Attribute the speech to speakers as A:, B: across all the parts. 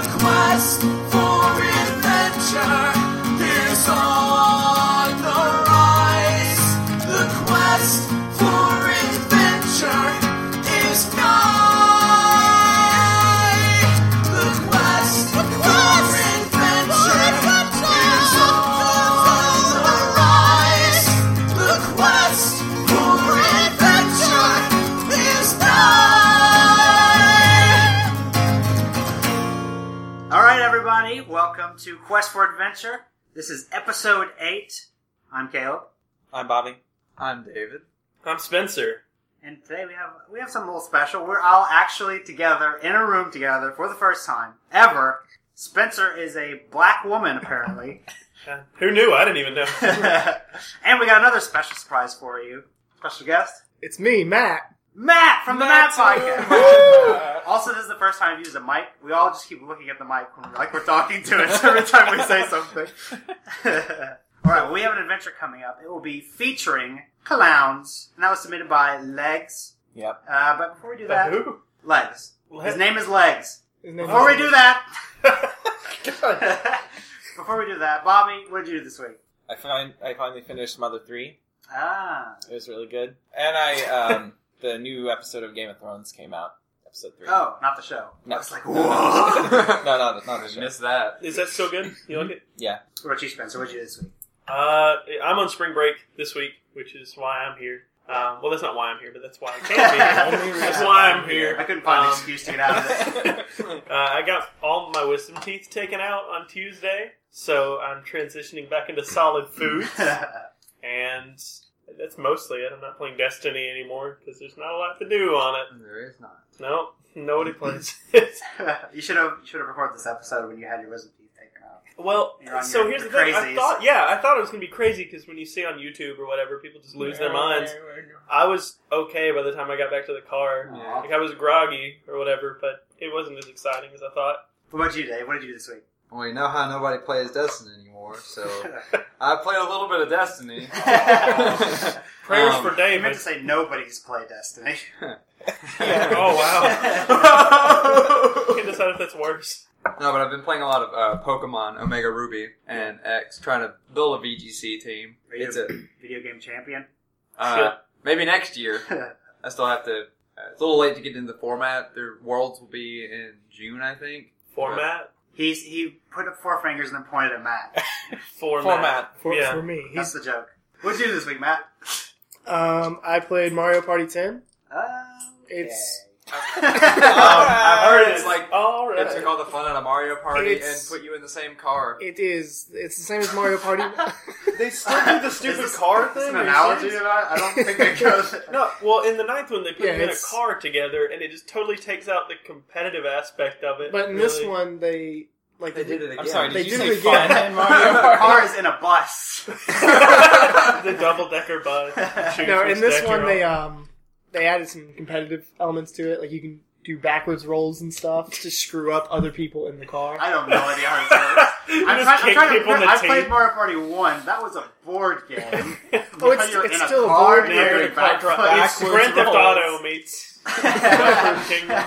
A: quest for adventure is on the rise. The quest for adventure is nigh. The quest for adventure is on the rise. The quest for adventure is nigh.
B: All right, everybody, welcome to Quest for Adventure. This is episode eight. I'm Caleb,
C: I'm Bobby.
D: I'm David.
E: I'm Spencer.
B: and today we have we have something a little special. We're all actually together in a room together for the first time ever. Spencer is a black woman apparently,
E: Uh, Who knew? I didn't even know.
B: and we got another special surprise for you. Special guest
F: It's me, Matt.
B: Matt from the Matt
C: Matt's
B: Podcast. also, this is the first time I've used a mic. We all just keep looking at the mic when, like we're talking to it every time we say something. all right, well, we have an adventure coming up. It will be featuring clowns, and that was submitted by Legs.
C: Yep.
B: Uh, but before we do
E: But
B: that,
E: Who?
B: Legs. His name is Legs.
F: His name
B: Before we
F: is-
B: do that, before we do that, Bobby, what did you do this week?
C: I find I finally finished Mother Three.
B: Ah,
C: It was really good. And I um the new episode of Game of Thrones came out. Episode three.
B: oh, not the show.
C: No.
B: I was like, whoa.
C: No, no, no, not the
D: I
C: show.
D: missed that.
E: Is that still good? You like it?
C: Yeah.
B: what about you, Spencer? What did you do this week?
E: Uh, I'm on spring break this week, which is why I'm here. Um, well, that's not why I'm here, but that's why I can be here. that's why I'm here.
B: I couldn't find an
E: Um,
B: excuse to get out of this.
E: Uh, I got all my wisdom teeth taken out on Tuesday, so I'm transitioning back into solid food, and that's mostly it. I'm not playing Destiny anymore because there's not a lot to do on it.
D: There is not.
E: No, nobody plays it.
B: you should have you should have recorded this episode when you had your wisdom teeth taken out.
E: Well,
B: You're on
E: so
B: your-
E: here's the
B: your
E: thing. I
B: crazies.
E: thought, yeah, I thought it was gonna be crazy because when you see on YouTube or whatever, people just lose their minds. I was okay by the time I got back to the car.
D: Yeah.
E: Like I was groggy or whatever, but it wasn't as exciting as I thought.
B: What about you, Dave? What did you do this week?
D: Well, you know how nobody plays Destiny anymore, so I played a little bit of Destiny.
E: Prayers
D: Um,
E: for
B: I
E: David.
B: meant to say nobody's played Destiny.
E: Oh wow! I
D: no,
E: can't decide if that's worse.
D: but I've been playing a lot of uh, Pokemon Omega Ruby and X, trying to build a VGC team.
B: Are you
D: It's a
B: video game champion.
D: uh, maybe next year. I still have to. Uh, it's a little late to get into the format. Their worlds will be in June, I think.
E: Format,
B: He's he put up four fingers and then pointed at Matt.
E: format.
C: Format.
F: For,
E: Yeah.
F: for me,
B: That's
F: he's.
B: the joke. What did you do this week, Matt?
F: Um, I played Mario Party 10.
B: Oh,
F: It's-
C: I've
D: heard
E: It's like all
D: It
E: right.
D: took all the fun out of Mario Party and
F: It's-
D: put you in the same car.
F: It is. It's the same as Mario Party.
C: They still do the
B: Is this- is this An analogy to that? I don't think it goes.
E: No, well, in the ninth one, they put
F: Yeah,
E: them in a
F: it's-
E: car together, and it just totally takes out the competitive aspect of it.
F: but in this
E: really.
F: one, they like
D: They did it again.
C: I'm sorry, did
F: They
C: you
F: did
C: say
F: it again.
C: fun in Mario
B: the
C: Party?
B: car is in a bus.
E: the double decker bus. Choose
F: No,
E: which
F: in this
E: deck
F: one
E: you're
F: they
E: on.
F: um they added some competitive elements to it. Like you can do backwards rolls and stuff to screw up other people in the car.
B: I don't know idea how this works.
E: You
B: I'm
E: just
B: trying, I'm
E: kick
B: trying to.
E: people in
B: remember-
E: the
B: I
E: teeth.
B: played Mario Party One. That was a board game.
F: Oh, it's-
B: You're
F: it's
B: in
F: still a
B: car
F: board
B: and you're
F: game.
B: doing
E: It's
B: backflips.
E: Grand Theft Auto meets Mushroom Kingdom.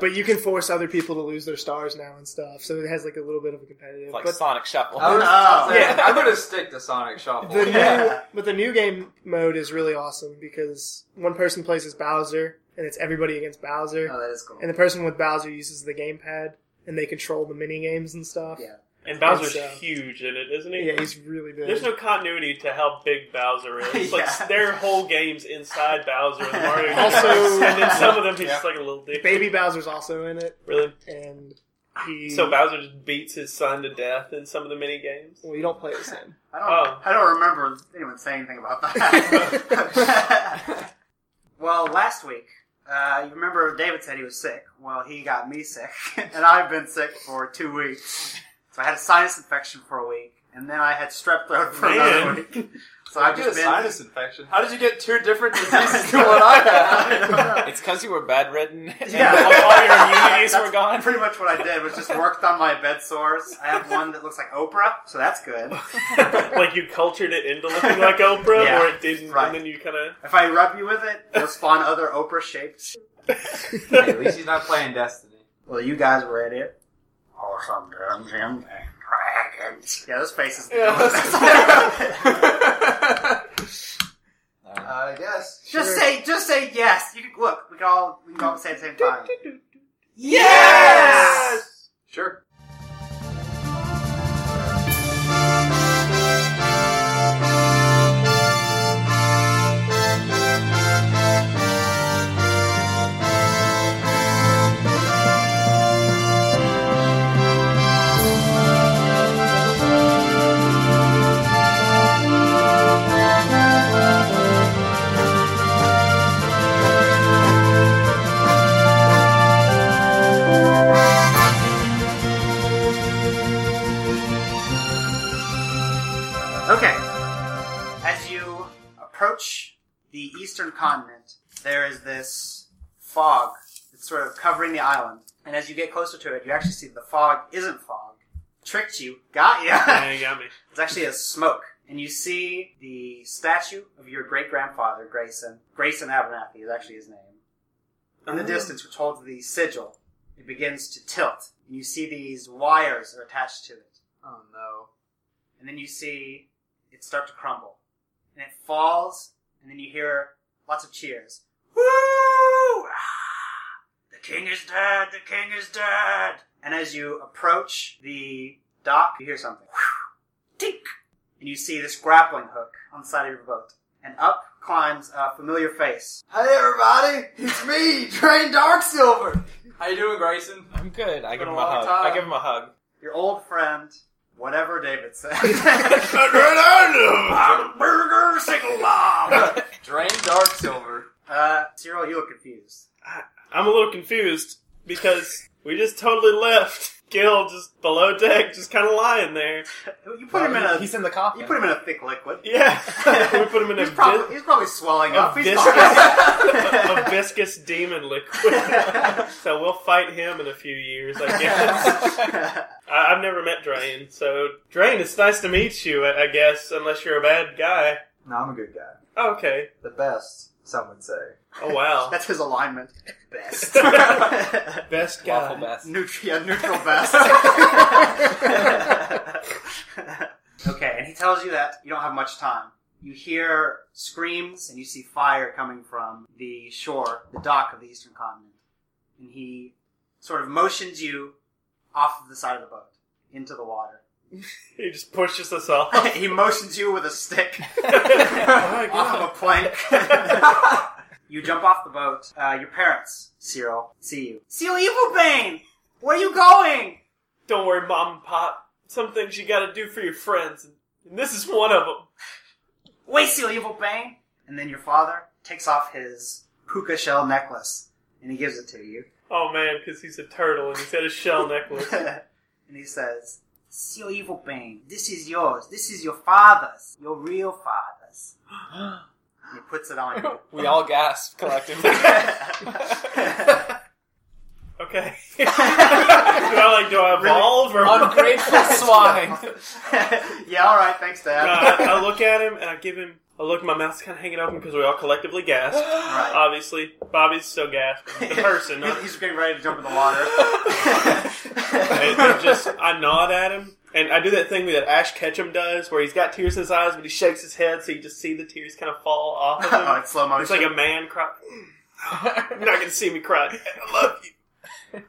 F: But you can force other people to lose their stars now and stuff. So it has like a little bit of a competitive.
C: Like
F: but
C: Sonic Shuffle.
D: I would,
B: Oh.
D: yeah, I would have stick to Sonic Shuffle.
F: The new,
B: Yeah.
F: but the new game mode is really awesome because one person plays as Bowser, and it's everybody against Bowser,
B: Oh, that is cool.
F: and the person with Bowser uses the gamepad, and they control the mini games and stuff.
B: Yeah.
E: And Bowser's
F: It's, uh,
E: huge in it, isn't he?
F: yeah, he's really big.
E: There's no continuity to how big Bowser is. Like
B: Yeah.
E: their whole game's inside Bowser and Mario.
F: Also-
E: universe. and then some of them he's just like a little dick.
F: Baby Bowser's also in it,
E: Really?
F: and he.
E: So Bowser just beats his son to death in some of the mini games.
F: well, you don't play as him.
B: I don't.
E: Oh.
B: I don't remember anyone saying anything about that. well, last week, uh, you remember David said he was sick. Well, he got me sick, and I've been sick for two weeks. So I had a sinus infection for a week, and then I had strep throat for
E: Man.
B: another week. So I've
D: Get a
B: just been.
D: sinus infection. How did you get two different diseases to what I
B: I don't know.
D: had?
C: It's because you were bedridden. and
B: Yeah.
C: all your immunities were
B: That's
C: gone.
B: Pretty much what I did was just worked on my bed sores. I have one that looks like Oprah, so that's good.
E: like you cultured it into looking like Oprah,
B: Yeah,
E: or it didn't,
B: right.
E: and then you kind of
B: If I rub you with it, it'll spawn other Oprah shapes.
D: Hey, at least he's not playing Destiny.
B: Well, you guys were at it. Awesome Dungeons and Dragons. Yeah, those faces.
E: Yeah,
C: Uh,
D: Uh, yes.
B: Just say, just say yes. You can look. We can all, we can all say it at the same time.
E: Yes!
D: Sure.
B: Okay. As you approach the eastern continent, there is this fog that's sort of covering the island. And as you get closer to it, you actually see the fog isn't fog. Tricked you. Got ya.
E: you got me.
B: It's actually a smoke. And you see the statue of your great grandfather, Grayson. Grayson Abernathy is actually his name. In
D: Oh.
B: the distance, which holds the sigil, it begins to tilt. And you see these wires are attached to it.
D: Oh no.
B: And then you see it start to crumble. And it falls, and then you hear lots of cheers. Woo! Ah! The king is dead! The king is dead! And as you approach the dock, you hear something. Tink! And you see this grappling hook on the side of your boat. And up climbs a familiar face.
D: Hey everybody, it's me, Train Dark Silver. How you doing, Grayson?
C: I'm good. I give
D: been
C: him a
D: a long
C: hug.
D: time.
C: I give him a hug.
B: Your old friend, whatever David said.
D: Burger Singalob. Drain Dark Silver.
B: uh, Cyril, you look confused.
E: I'm a little confused because we just totally left Gil just below deck, just kind of lying there.
B: You put him in a
C: He's in the coffin.
B: you put him in a thick liquid.
E: Yeah, we put him in a,
B: he's, probably,
E: vi-
B: he's probably swelling
E: a
B: up. He's
E: viscous, a, a
B: fine.
E: viscous demon liquid. so we'll fight him in a few years, I guess. I, I've never met Drain, so Drain, it's nice to meet you. I, I guess unless you're a bad guy.
G: No, I'm a good guy.
E: Oh, okay.
G: The best, some would say.
E: Oh wow.
B: That's his alignment. Best.
E: Best
C: Waffle
E: guy.
C: best.
B: neutral, yeah, neutral best. okay, and he tells you that you don't have much time. You hear screams and you see fire coming from the shore, the dock of the eastern continent. And he sort of motions you off of the side of the boat into the water.
E: He just pushes us off.
B: he motions you with a stick
E: Oh my
B: off of a plank. you jump off the boat. Uh, your parents, Cyril, see you. Cyril Evilbane! Where are you going?
E: Don't worry, mom and pop. Some things you gotta do for your friends, and this is one of them.
B: Wait, Cyril Evilbane! And then your father takes off his puka shell necklace and he gives it to you.
E: Oh man, because he's a turtle and he's got a shell necklace.
B: and he says, Cyril Evilbane, this is yours. This is your father's. Your real father's. and he puts it on you.
C: We all gasp collectively.
E: Okay. do I like do I evolve or
C: Ungrateful swine.
B: yeah, all right, thanks,
E: No,
B: Dad.
E: I, Uh, I look at him and I give him a look. My mouth's kind of hanging open because we all collectively gasp.
B: Right.
E: Obviously, Bobby's still gasping. The person.
B: He's-
E: not-
B: he's getting ready to jump in the water.
E: and I just I nod at him, and I do that thing that Ash Ketchum does, where he's got tears in his eyes, but he shakes his head, so you just see the tears kind of fall off of him.
B: oh, it's slow motion.
E: It's like a man cry. You're not gonna see me cry. I love you.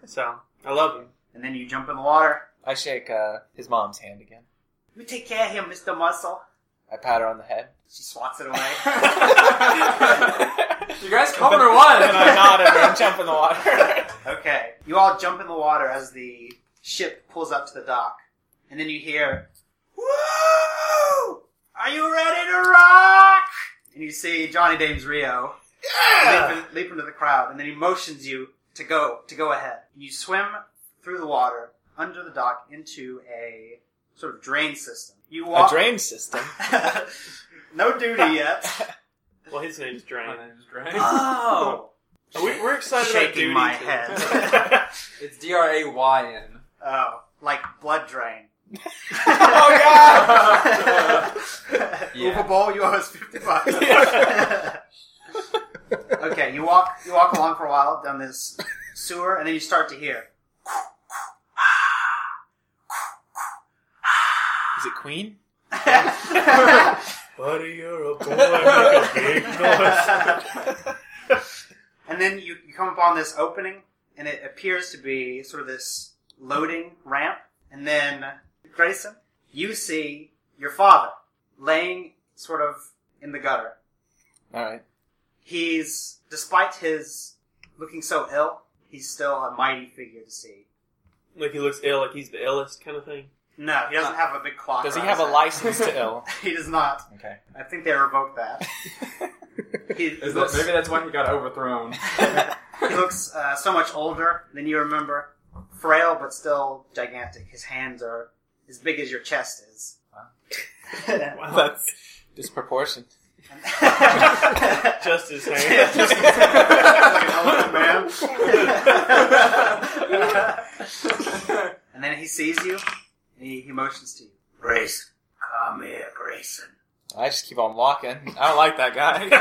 E: So I love him.
B: and then you jump in the water.
C: I shake uh, his mom's hand again.
B: You take care of him, Mr. Muscle.
C: I pat her on the head.
B: She swats it away.
D: You guys coming or what?
C: And I nod at her and jump in the water.
B: okay. You all jump in the water as the ship pulls up to the dock. And then you hear, Woo! Are you ready to rock? And you see Johnny Dames Rio leap, in- leap into the crowd. And then he motions you to go, to go ahead. And you swim through the water, under the dock, into a sort of drain system. You
C: A
B: walk.
C: drain system.
B: no duty yet.
E: Well, his name's Drain.
D: My name's Drain.
B: Oh,
E: We, we're excited about
B: shaking
E: duty.
B: my
E: too.
B: head.
D: It's D R A Y N.
B: oh, like blood drain.
C: oh god!
D: Yeah.
B: Uber Bowl, you owe us fifty bucks.
E: Yeah.
B: okay, you walk you walk along for a while down this sewer, and then you start to hear.
C: Is it Queen?
E: Buddy, you're a boy. Make a big noise.
B: and then you, you come upon this opening, and it appears to be sort of this loading ramp. And then, Grayson, you see your father laying sort of in the gutter.
C: All right.
B: He's, despite his looking so ill, he's still a mighty figure to see.
E: Like he looks ill, like he's the illest kind of thing.
B: No, he doesn't have a big clock.
C: Does he
B: around
C: have a
B: his neck.
C: license to ill?
B: He does not.
C: Okay.
B: I think they revoked that. He, he
D: Is that,
B: looks,
D: maybe that's why he got overthrown.
B: he looks uh, so much older than you remember. Frail, but still gigantic. His hands are as big as your chest is.
C: That's disproportionate.
E: Just his
B: Yeah,
E: hand.
B: just- like an elephant man. and then he sees you, and he, he motions to you. Grace, come here, Grayson.
C: I just keep on walking. I don't like that guy.
B: And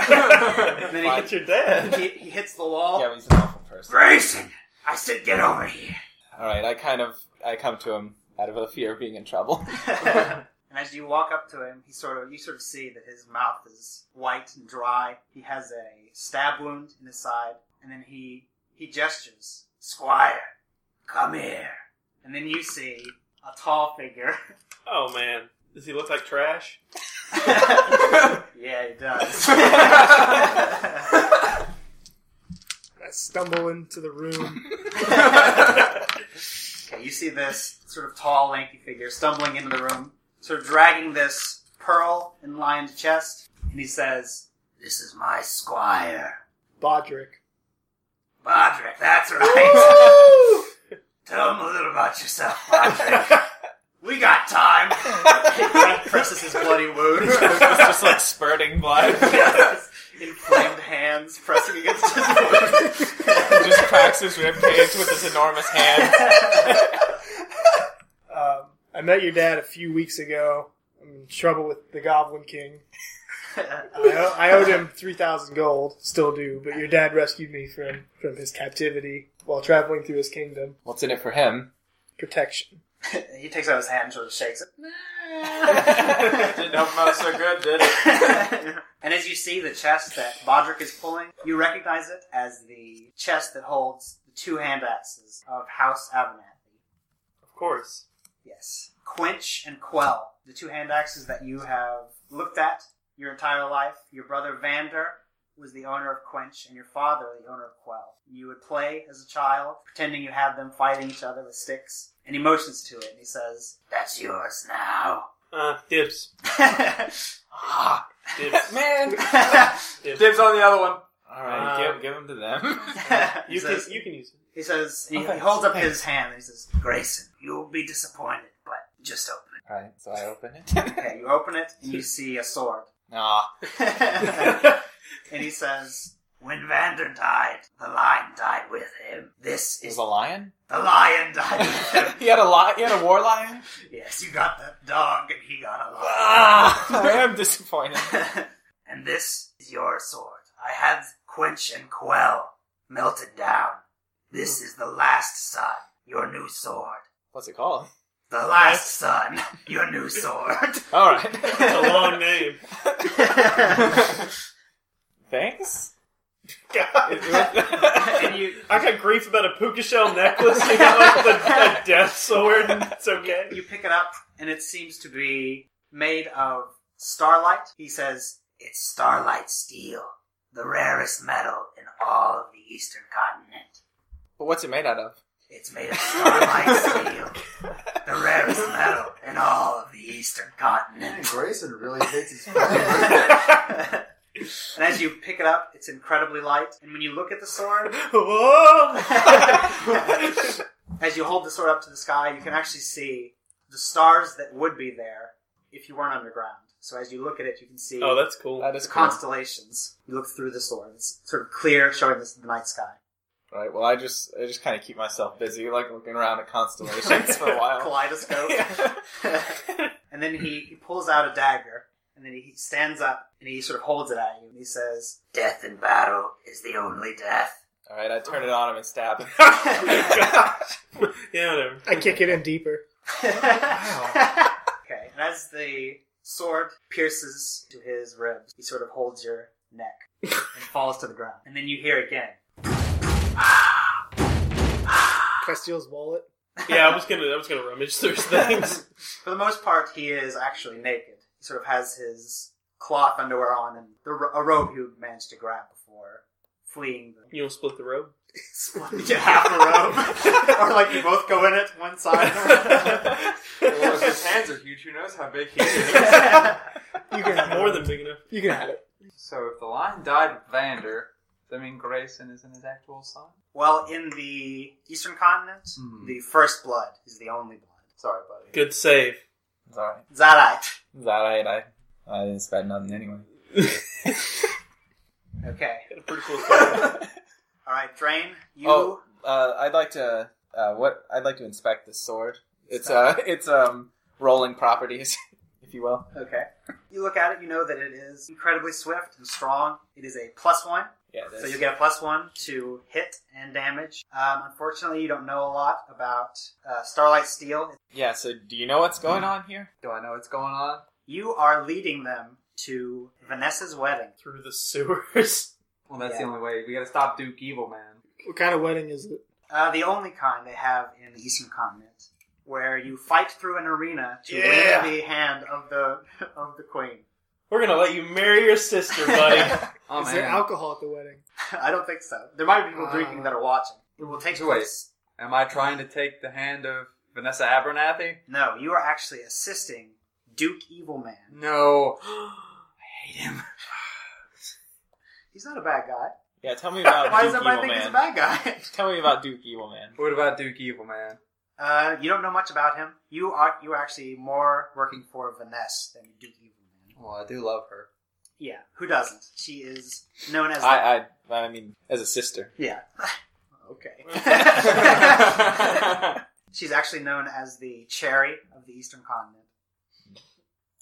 B: then he,
E: But you're dead.
B: he, he hits the wall.
C: yeah, he's an awful person.
B: Grayson, I said get over here.
C: All right. I kind of I come to him out of a fear of being in trouble.
B: and as you walk up to him, he sort of you sort of see that his mouth is white and dry. He has a stab wound in his side, and then he he gestures, "Squire, come here." And then you see a tall figure.
E: Oh man, does he look like trash?
B: yeah, he does.
F: I stumble into the room.
B: Okay, you see this sort of tall, lanky figure stumbling into the room, sort of dragging this pearl and lined chest, and he says, This is my squire.
F: Bodrick.
B: Bodrick, that's right. Tell him a little about yourself, Bodrick. we got time. he presses his bloody wound.
C: it's just like spurting blood.
B: Inflamed hands pressing against his wound.
C: He just cracks his rib cage with his enormous hand.
F: Um, I met your dad a few weeks ago. I'm in trouble with the Goblin King. I, owe, I owed him 3,000 gold, still do, but your dad rescued me from, from his captivity while traveling through his kingdom.
C: What's in it for him?
F: Protection.
B: he takes out his hand and sort of shakes it.
D: Didn't help him out so good, did it?
B: and as you see the chest that Bodrick is pulling, you recognize it as the chest that holds the two hand axes of House Abernathy.
E: Of course.
B: Yes. Quench and Quell, the two hand axes that you have looked at your entire life. Your brother Vander was the owner of Quench, and your father the owner of Quell. You would play as a child, pretending you had them fighting each other with sticks. And he motions to it, and he says, That's yours now.
E: Uh, dibs. Dibs.
C: Man.
E: dibs.
D: Dibs on the other one.
C: All right.
E: Uh,
C: give, give him to them.
B: He
E: You can,
B: says-
E: you can use it.
B: He says, he,
C: Okay.
B: he holds up his hand and he says, Grayson, you'll be disappointed, but just open
C: All right. So I open it.
B: it. Okay, you open it and you see a sword.
C: Ah.
B: and he says, When Vander died, the lion died with him. This
C: Is
B: is
C: a lion?
B: the lion died with him.
C: he had a lion. He had a war lion.
B: yes, you got the dog and he got a lion.
C: Ah, I am disappointed.
B: and this is your sword. I had quench and quell melted down. This is the last son, your new sword.
C: What's it called?
B: The last son, your new sword.
C: All right.
E: It's a long name.
C: Thanks.
B: and you,
E: I got grief about a puka shell necklace and like the, a death sword. And it's okay.
B: you pick it up, and it seems to be made of starlight. He says, It's starlight steel, the rarest metal in all of the eastern continent.
C: But what's it made out of?
B: It's made of starlight steel, the rarest metal in all of the eastern continent.
G: Grayson really hates his friend.
B: and as you pick it up, it's incredibly light. And when you look at the sword,
E: Oh,
B: as you hold the sword up to the sky, you can actually see the stars that would be there if you weren't underground. So as you look at it, you can see
E: Oh, that's cool.
C: That is
B: the
C: cool.
B: constellations. You look through the sword; it's sort of clear, showing this the night sky.
C: All right. Well, I just I just kind of keep myself busy, like looking around at constellations for a while.
B: Kaleidoscope.
C: Yeah.
B: and then he, he pulls out a dagger, and then he stands up and he sort of holds it at you, and he says, "Death in battle is the only death."
C: All right. I turn it on him and stab him.
E: yeah, whatever.
F: I kick it in deeper.
B: okay, and as the sword pierces to his ribs, he sort of holds your neck and falls to the ground. And then you hear again.
F: Can I steal his wallet?
E: Yeah, I was gonna, I was gonna rummage through his things.
B: For the most part, he is actually naked. He sort of has his cloth underwear on and the, ro- a robe he managed to grab before fleeing the
E: You want to split the robe?
B: split into half a robe. or like you both go in it, one side.
D: Well, if his hands are huge, who knows how big he is?
B: yeah,
F: You can have
E: More
F: it.
E: than big enough.
F: you can have it.
D: so if the lion died with Vander, does that mean Grayson isn't his actual son?
B: well, in the Eastern Continent,
D: Hmm.
B: the first blood is the only blood. Sorry, buddy.
E: Good save.
C: It's alright.
B: Is that right?
C: It's alright. I, I didn't spend nothing anyway.
B: Okay.
E: Pretty cool. Story.
B: All right, Drain, you.
C: Oh. Uh, I'd like to. Uh, what I'd like to inspect this sword. It's uh, it's um, rolling properties, if you will.
B: Okay. You look at it, you know that it is incredibly swift and strong. It is a plus one,
C: Yeah.
B: so you get a plus one to hit and damage. Um, unfortunately, you don't know a lot about uh, Starlight Steel.
C: Yeah. So do you know what's going on here?
D: Do I know what's going on?
B: You are leading them to Vanessa's wedding.
E: Through the sewers.
D: Well, that's
B: Yeah.
D: the only way. We gotta stop Duke Evil, man.
F: What kind of wedding is it?
B: Uh, the only kind they have in the Eastern Continent, where you fight through an arena to
E: Yeah.
B: win the hand of the of the queen.
E: We're gonna let you marry your sister, buddy.
D: Oh,
F: Is
D: man.
F: there alcohol at the wedding?
B: I don't think so. There might be people
F: Ah.
B: drinking that are watching. It will take
D: So wait.
B: place.
D: Am I trying to take the hand of Vanessa Abernathy?
B: No, you are actually assisting Duke Evilman.
D: No. I hate him.
B: He's not a bad guy.
C: Yeah. Tell me about
B: Why does
C: Duke
B: everybody
C: Evil
B: think he's a
C: Man.
B: bad guy?
C: Tell me about Duke Evil Man.
D: What about Duke Evil, man?
B: Uh, you don't know much about him. You are you are actually more working for Vanessa than Duke Evilman.
D: Well, I do love her.
B: Yeah, who doesn't? She is known as.
C: I, I, I mean, as a sister.
B: yeah. okay. She's actually known as the Cherry of the Eastern Continent.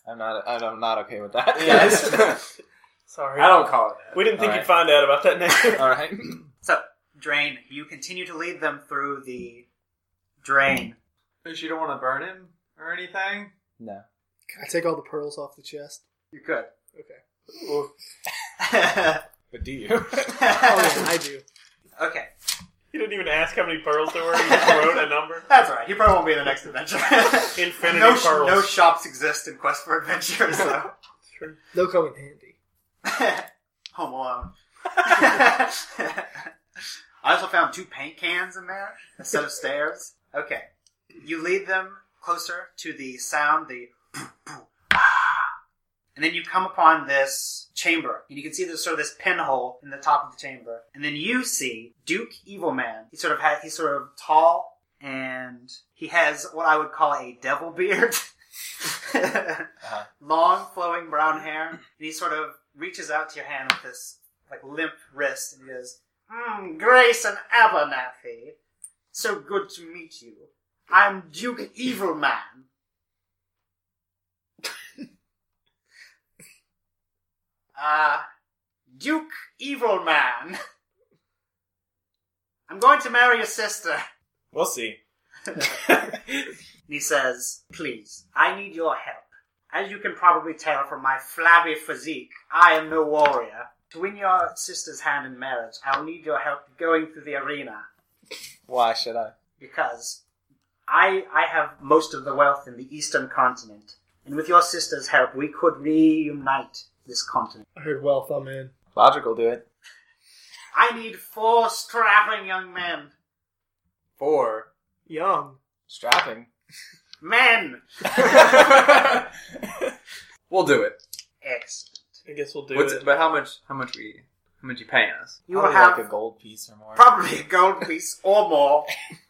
C: I'm not. I'm not okay with that.
D: Yes.
E: Sorry.
D: I don't call it that.
E: We didn't think
C: Alright.
E: you'd find out about that name.
C: All right.
B: So, Drain, you continue to lead them through the drain.
D: She don't want to burn him or anything?
C: No.
F: Can I take all the pearls off the chest?
B: You could.
F: Okay.
C: But do you?
F: Oh, yeah, I do.
B: okay,
E: you didn't even ask how many pearls there were. You just wrote a number.
B: that's all right. He probably won't be in the next adventure.
E: Infinity
B: no, sh-
E: pearls.
B: no shops exist in Quest for Adventure, so
F: They'll come in handy.
B: Home Alone. I also found two paint cans in there, a set of stairs. Okay, you lead them closer to the sound, the and then you come upon this chamber, and you can see there's sort of this pinhole in the top of the chamber, and then you see Duke Evilman. He sort of has, he's sort of tall, and he has what I would call a devil beard. long flowing brown hair, and he sort of reaches out to your hand with this like limp wrist, and he goes, "Hmm, Grayson Abernathy, so good to meet you. I'm Duke Evil Man." uh, Duke Evil Man. I'm going to marry your sister.
C: We'll see.
B: And he says, Please, I need your help. As you can probably tell from my flabby physique, I am no warrior. To win your sister's hand in marriage, I'll need your help going through the arena
C: Why should I?
B: because I, I have most of the wealth in the eastern continent. And with your sister's help, we could reunite this continent.
F: I heard wealth. I'm in.
C: Logical, do it.
B: I need four strapping young men.
D: Four.
F: Young.
C: Strapping.
B: Men!
D: We'll do it.
B: Excellent.
E: I guess we'll do
D: What's
E: it.
D: But how much? How much we? How much you paying us?
B: You will
C: Probably
B: have
C: like a gold piece or more.
B: probably a gold piece or more.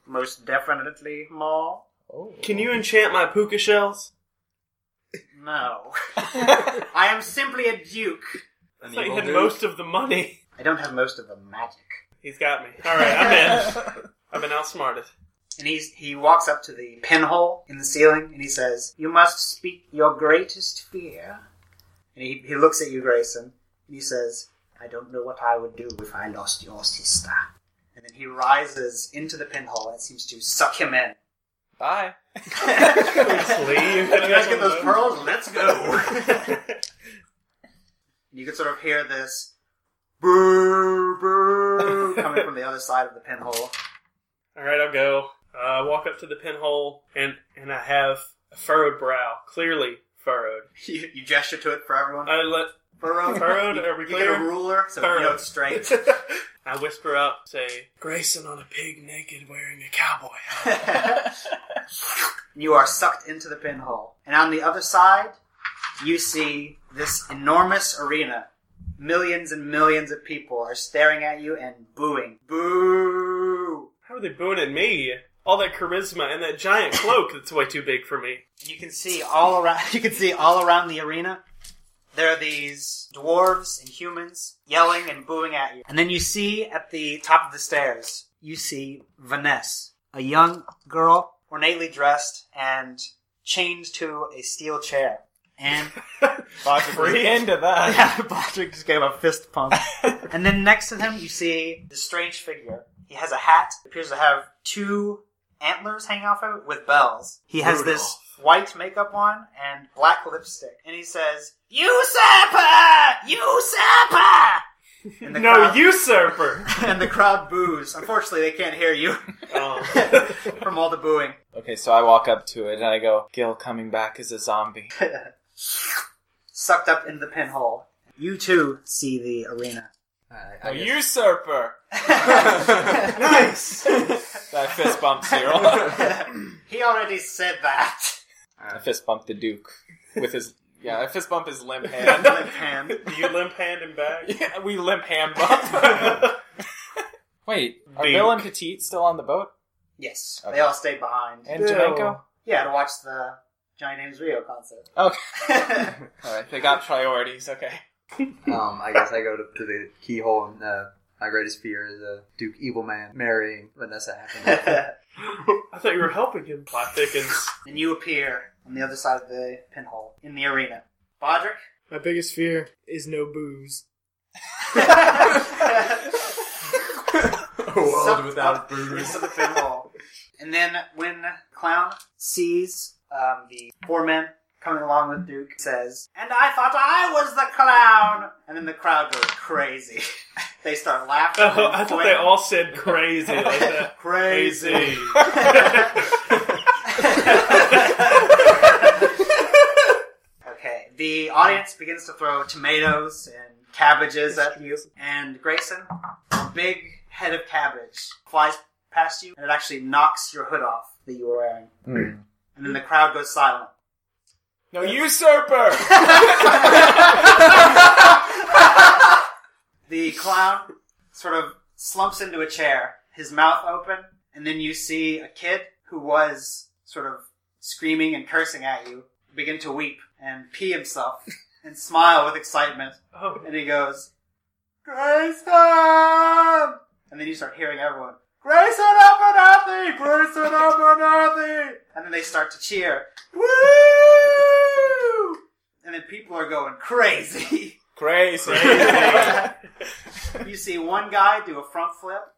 B: Most definitely more.
C: Oh.
E: Can you enchant my puka shells?
B: No. I am simply a duke.
E: I
D: An
E: thought you
D: evil
E: had
D: dude?
E: most of the money.
B: I don't have most of the magic.
E: He's got me. All right, I'm in. I've been outsmarted.
B: And he's, he walks up to the pinhole in the ceiling and he says, You must speak your greatest fear. And he, he looks at you, Grayson, and he says, I don't know what I would do if I lost your sister. And then he rises into the pinhole and seems to suck him in.
C: Bye.
E: Leave.
B: you guys get those pearls? Let's go. you can sort of hear this brr, brr, coming from the other side of the pinhole.
E: All right, I'll go. Uh, I walk up to the pinhole, and and I have a furrowed brow, clearly furrowed.
B: You, you gesture to it for everyone.
E: I let
B: Furrow,
E: furrowed.
B: You,
E: Uh, Are we
B: you get a
E: clear?
B: ruler, so you know it's straight.
E: I whisper up, say,
F: Grayson on a pig naked wearing a cowboy hat.
B: you are sucked into the pinhole. And on the other side, you see this enormous arena. Millions and millions of people are staring at you and booing. Boo!
E: "How are they booing at me? All that charisma and that giant cloak that's way too big for me."
B: You can see all around. You can see all around the arena. There are these dwarves and humans yelling and booing at you. And then you see at the top of the stairs, you see Vanessa, a young girl, ornately dressed and chained to a steel chair. And
C: Free end of that.
B: Yeah, Patrick just gave a fist pump. and then next to him, you see this strange figure. He has a hat. appears to have two antlers hanging off of it with bells. He has this white makeup on and black lipstick. And he says, Usurper! Usurper! And the
E: No
B: crowd-
E: usurper.
B: And the crowd boos. Unfortunately, they can't hear you
E: oh.
B: from all the booing.
C: Okay, so I walk up to it and I go, Gil coming back as a zombie.
B: Sucked up into the pinhole. You too see the arena.
C: A usurper!
B: nice!
C: That fist bump Cyril.
B: he already said that.
C: I fist bump the Duke with his. Yeah, I fist bump his limp
B: And
C: hand.
B: left hand.
E: Do you limp hand and back?
C: yeah, we limp hand bump. Wait, are
E: Duke.
C: Bill and Petite still on the boat?
B: Yes,
C: Okay.
B: they all stayed behind.
C: And Jamaica?
B: Yeah, to watch the Johnny James Rio concert.
C: Okay. Alright, they got priorities, okay.
G: Um, I guess I go to, to the keyhole and uh, my greatest fear is uh, Duke Evilman marrying Vanessa Happenham.
E: I thought you were helping him. Plot thickens.
B: and you appear on the other side of the pinhole in the arena. Bodrick?
F: My biggest fear is no booze.
B: A world without booze. Into the pinhole. And then when Clown sees um, the four men coming along with Duke, says, And I thought I was the clown! And then the crowd goes crazy. they start laughing.
E: Oh,
B: and
E: I thought they
B: pointing.
E: all said crazy like that. Crazy.
B: Okay, the audience begins to throw tomatoes and cabbages at you, and Grayson, a big head of cabbage, flies past you, and it actually knocks your hood off that you were wearing. And then the crowd goes silent.
C: No usurper!
B: The clown sort of slumps into a chair, his mouth open, and then you see a kid who was sort of screaming and cursing at you begin to weep and pee himself and smile with excitement.
E: Oh.
B: And he goes, Grayson! And then you start hearing everyone, Grayson Abernathy! Grayson Abernathy! And then they start to cheer, Woo! And then people are going crazy.
C: Crazy.
B: You see one guy do a front flip.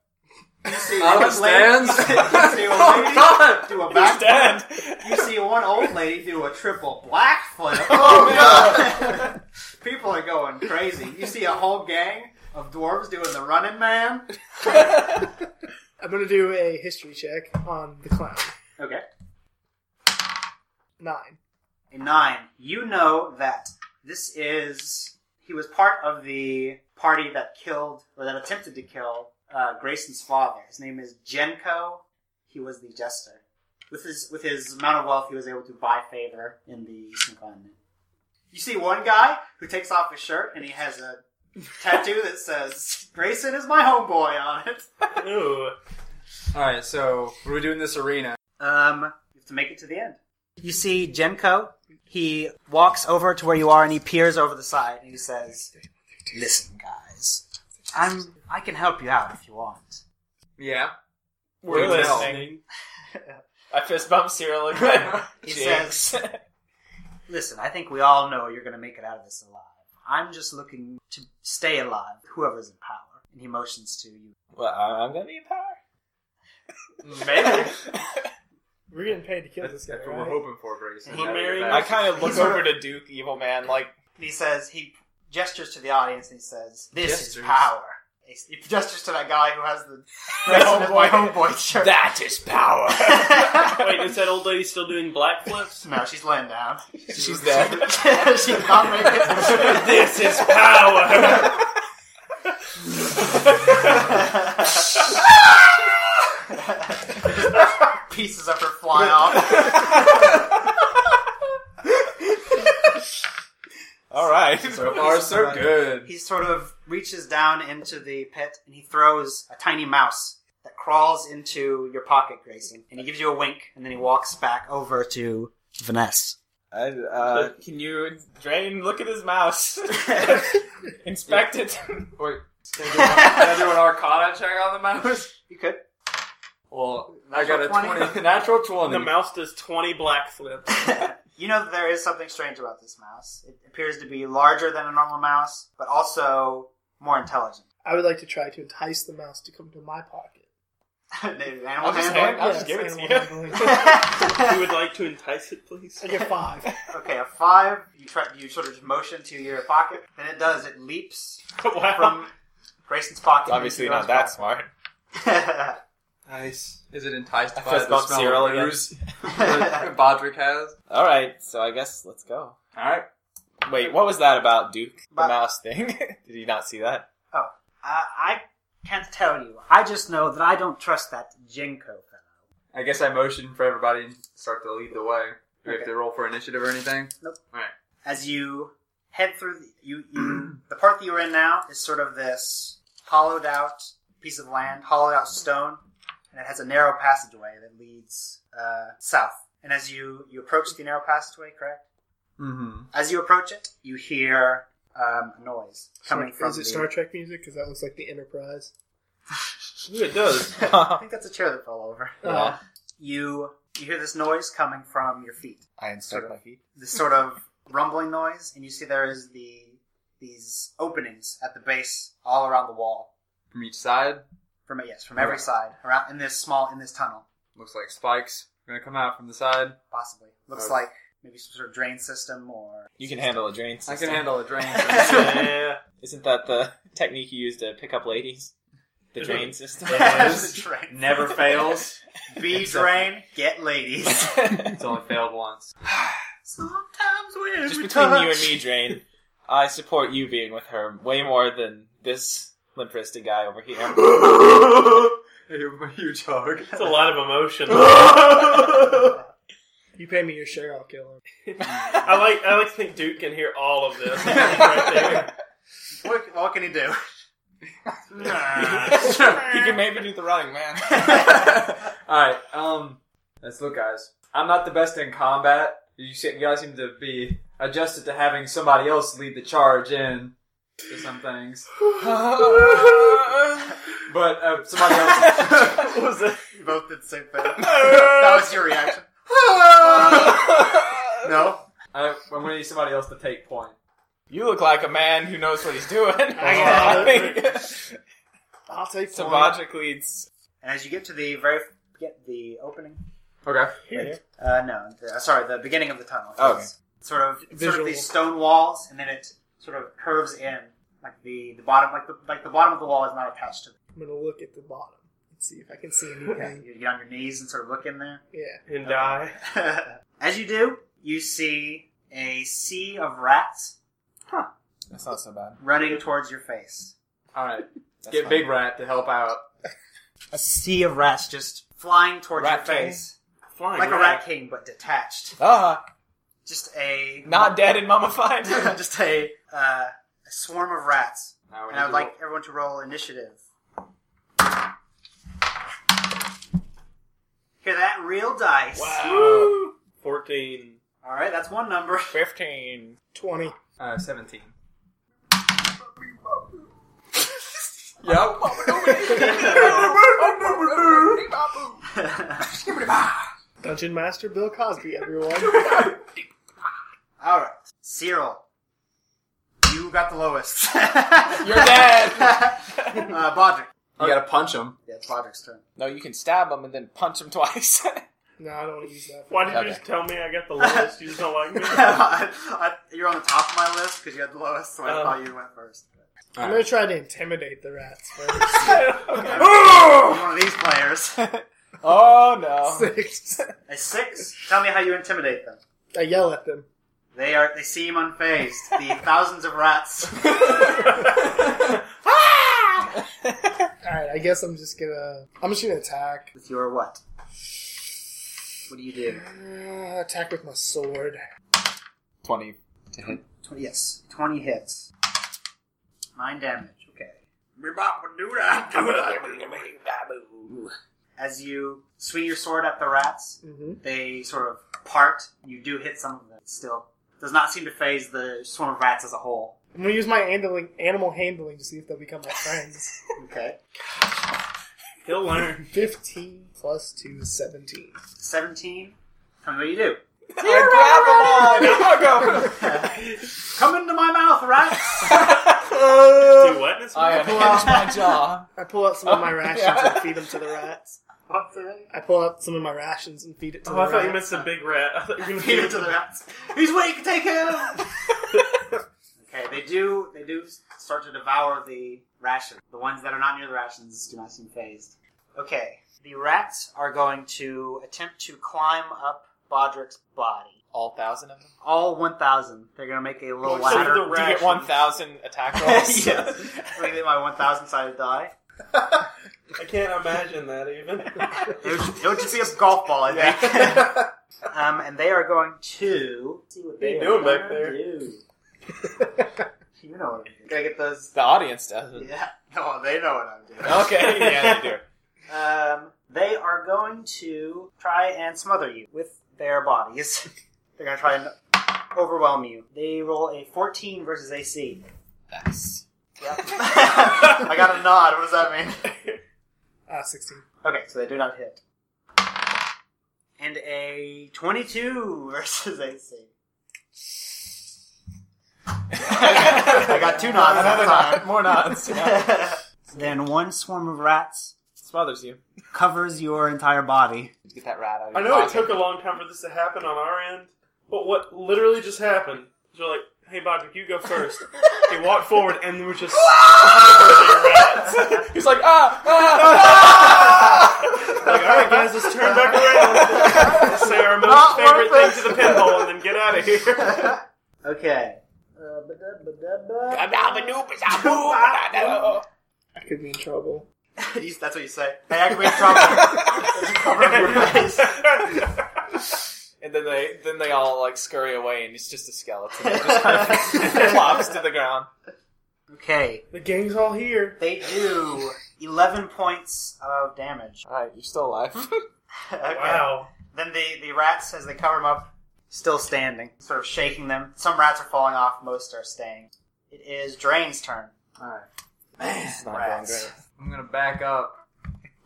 B: You see
D: Out of
B: one
D: his
B: lady,
D: stands?
B: you see a lady
D: God!
B: do a back
E: Dad.
B: You see one old lady do a triple black flip. Oh god! People are going crazy. You see a whole gang of dwarves doing the running man.
F: I'm gonna do a history check on the clown.
B: Okay.
F: Nine.
B: A nine. You know that this is he was part of the party that killed or that attempted to kill uh, Grayson's father. His name is Genko. He was the jester. With his with his amount of wealth, he was able to buy favor in the Eastern continent. You see one guy who takes off his shirt and he has a tattoo that says "Grayson is my homeboy" on it.
E: Ooh.
D: Alright, so what do we do in this arena?
B: Um, you have to make it to the end. You see Genko. He walks over to where you are and he peers over the side and he says, "Listen, guys, I'm I can help you out if you want."
D: Yeah.
E: We're
D: Well.
E: listening.
C: I fist bump Cyril again.
B: He
C: Jinx.
B: says, "Listen, I think we all know you're going to make it out of this alive. I'm just looking to stay alive, whoever's in power." And he motions to you.
C: Well, I- I'm gonna be in power.
E: Maybe.
F: We're getting paid to kill
D: That's,
F: this guy,
D: that's what we're
F: right?
D: hoping for, Grayson.
B: He
D: Now you're
E: married-
D: back.
C: I kind of look
F: He's sort
C: over to Duke, evil man, like
B: He says he gestures to the audience and he says, "This is
D: Gestures.
B: power." He gestures to that guy who has the
C: My
B: Grayson is my
C: homeboy.
B: homeboy shirt.
C: that is power.
E: Wait, is that old lady still doing black flips?
B: no, she's laying down.
C: She's dead.
B: she's not making it.
E: this is power.
B: Pieces of her fly off.
C: All right,
D: So far, so good.
B: He sort of reaches down into the pit and he throws a tiny mouse that crawls into your pocket, Grayson. And he gives you a wink and then he walks back over to Vanessa.
C: I, uh, can you drain? Look at his mouse. Inspect it.
D: Wait. Can I do an Arcana check on the mouse?
B: You could.
D: Well, I got a
B: 20.
D: 20, natural 20.
E: the mouse does twenty black flips.
B: you know that there is something strange about this mouse. It appears to be larger than a normal mouse, but also more intelligent.
F: I would like to try to entice the mouse to come to my pocket.
B: Animal
C: I'll just
B: handling?
C: hand- I'll just
F: Yes,
C: give it to
F: animal
C: you.
F: handling.
E: You would like to entice it, please?
F: I get five.
B: okay, a five. You try, you sort of just motion to your pocket. Then it does. It leaps
E: wow.
B: from Grayson's pocket.
C: Obviously not that smart.
B: that.
D: Nice. Is it enticed
C: I
D: by
C: fist
D: the
C: bumped
D: smell
C: Cyril
D: of
C: again.
D: booze that Bodrick has?
C: All right, so I guess let's go.
D: Alright.
C: Wait, what was that about Duke the
B: About-
C: mouse thing? Did you not see that?
B: Oh, I, I can't tell you. I just know that I don't trust that Jenko fellow.
D: I guess I motion for everybody to start to lead the way. Do we have to roll for initiative or anything?
B: As you head through the, you, you the part that you're in now is sort of this hollowed out piece of land, hollowed out stone, and it has a narrow passageway that leads uh, south. And as you you approach the narrow passageway, correct?
D: Mm-hmm.
B: As you approach it, you hear um, a noise coming from
F: Is
B: the...
F: it Star Trek music? Because that looks like the Enterprise.
E: Ooh, it does.
B: I think that's a chair that fell over.
C: Yeah.
B: You you hear this noise coming from your feet.
C: I inspect my feet.
B: This sort of rumbling noise, and you see there is the these openings at the base all around the wall.
D: From each side,
B: From it, yes, from every
D: Right.
B: side around in this small in this tunnel,
D: looks like spikes are gonna come out from the side.
B: possibly looks
D: Okay.
B: like maybe some sort of drain system or
C: You can handle a drain. System.
D: I can handle a drain.
E: yeah.
C: Isn't that the technique you use to pick up ladies? The drain system.
B: Yes, drain.
D: Never fails.
B: Be drain, get ladies.
D: It's only failed once.
B: Sometimes when
C: Just
B: we
C: between you and
B: touch-
C: me, Drain, I support you being with her way more than this limp wristed guy over here.
D: Huge hog.
E: It's a lot of emotion.
F: You pay me your share, I'll kill him.
E: I like. I like to think Duke can hear all of this right there.
B: What, what can he do?
C: you can maybe do the running, man.
D: Alright, um, let's look, guys. I'm not the best in combat. You, se- you guys seem to be adjusted to having somebody else lead the charge in to some things. But uh, somebody else.
E: What was that?
B: You both did the same thing. that was your reaction. no?
D: I, I'm going to uh, need somebody else to take point.
C: you look like a man who knows what he's doing.
F: got
C: think
F: I'll take some.
C: Sabogically, it's
B: And as you get to the very get the opening,
D: Okay.
F: Here.
B: uh, no, the, uh, sorry, the beginning of the tunnel.
C: Oh,
B: It's Sort of, sort
F: Visual.
B: of these stone walls, and then it sort of curves in, like the, the bottom, like the like the bottom of the wall is not attached to.
F: I'm gonna look at the bottom and see if I can see anything.
B: You get on your knees and sort of look in there.
F: yeah.
E: And die.
B: as you do, you see a sea of rats
C: that's not so bad.
B: running towards your face.
D: Alright.
C: That's
D: Get
C: fine.
D: Big Rat to help out.
B: A sea of rats just flying towards
C: Rat
B: your
C: king?
B: face,
E: Flying
B: like a rat king, but detached.
C: Ah,
B: just a
C: not dead and mummified.
B: just a uh, a swarm of rats.
D: Now we
B: And
D: need
B: I would
D: to
B: like everyone to roll initiative. Hear that? Real dice.
E: Wow. Fourteen.
B: All right, that's one number.
C: Fifteen.
F: 20.
D: roll- Uh, 17. yep.
F: Dungeon Master Bill Cosby, everyone.
B: All right, Cyril, you got the lowest.
C: You're dead.
B: uh, Bodrick.
D: You gotta punch him.
B: Yeah, it's Bodrick's turn.
C: no, you can stab him and then punch him twice.
F: No, I don't want to use that.
E: Why did
C: Okay.
E: you just tell me I got the lowest? You just don't like me?
B: I, I, you're on the top of my list because you had the lowest, so I
E: Oh.
B: thought you went first.
F: I'm gonna try to intimidate the rats first.
E: okay.
B: You're one of these players.
C: Oh no!
F: Six.
B: A six. Tell me how you intimidate them.
F: I yell at them.
B: They are. They seem unfazed. The thousands of rats.
F: All right, I guess I'm just gonna. I'm just gonna attack.
B: With your what? What do you do?
F: Uh, attack with my sword.
C: Twenty.
B: Tw yes, twenty hits. Nine damage. Okay. As you swing your sword at the rats,
F: Mm-hmm.
B: they sort of part. You do hit some of them still. Does not seem to phase the swarm of rats as a whole.
F: I'm gonna use my handling, animal handling to see if they'll become my friends.
B: Okay.
E: He'll learn.
F: Fifteen plus two is seventeen.
B: 17. Tell me what you do.
C: I grab them all. Go.
B: Come into my mouth, rats!
E: Do what? This
C: I
E: one?
C: unhinged my jaw.
F: I pull out some of my rations and feed them to the rats.
B: What's the
F: I pull out some of my rations and feed it to
E: Oh,
F: the
E: I
F: rats.
E: thought you meant the big rat. I thought you meant
B: Feed it to the rats. He's weak, take him! okay, they do they do start to devour the rations. The ones that are not near the rations do not seem phased. Okay. The rats are going to attempt to climb up Bodrick's body.
C: All thousand of them.
B: All 1,000. They're going to make a little
E: So
B: ladder.
C: Do
E: the
C: you get
E: rations.
C: one thousand attack rolls?
B: yes. I think my 1,000 sided die.
E: I can't imagine that even.
B: It would, it would just be a golf ball, I think. um, and they are going to. See what
E: What you doing back there?
B: Do. you know what I'm
C: Can I get those? The audience does.
B: doing. Yeah. No, they know what I'm doing.
C: Okay. Oh, Yeah, they do.
B: Um, they are going to try and smother you with their bodies. They're going to try and overwhelm you. They roll a 14 versus AC.
C: Nice.
B: Yep. I got a nod. What does that mean?
F: Ah, sixteen.
B: Okay, so they do not hit. And a 22 versus AC. I got two nods
C: Another
B: that
C: nod. More nods. Yeah.
B: time. then one swarm of rats
C: Smothers you.
B: covers your entire body.
C: Get that rat out. Of
E: I
C: your
E: know it
C: pocket.
E: took a long time for this to happen on our end, but what literally just happened is we're like, hey, Bodrick, you go first. he walked forward and there was just. rats.
C: He's like ah ah. ah!
E: Like, alright, guys, let's turn back around. Let's say our most
B: Not
E: favorite
B: worth
E: thing to the pinhole and then get out of here.
B: Okay.
F: I could be in trouble.
B: That's what you say. Hey, I can be in trouble. Cover your face.
C: and then they then they all like scurry away, and it's just a skeleton. It just kind of plops to the ground.
B: Okay.
F: The gang's all here.
B: They do 11 points of damage.
C: All right, you're still alive.
B: Okay.
E: Wow.
B: Then the, the rats, as they cover them up, still standing, sort of shaking them. Some rats are falling off, most are staying. It is Drain's turn.
D: Alright.
C: it's not
B: Rats.
D: I'm gonna back up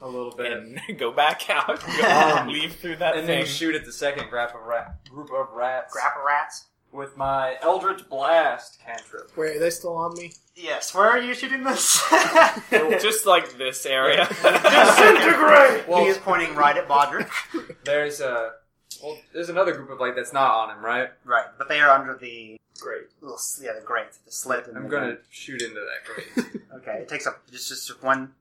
D: a little bit.
C: going great. And go back out. Go, leave through that
D: and
C: thing.
D: then shoot at the second grap of rat, group of rats
B: Grapple rats.
D: with my Eldritch Blast cantrip.
F: Wait, are they still on me?
B: Yes, where are you shooting this?
C: just like this area.
E: Disintegrate!
B: he is pointing right at Bodrick.
D: There's a well, there's another group of like that's not on him, right?
B: right, but they are under the
E: Great.
B: little, s- yeah, the grate, the slit. in
D: I'm
B: the-
D: gonna shoot into that grate.
B: Okay, it takes up just just one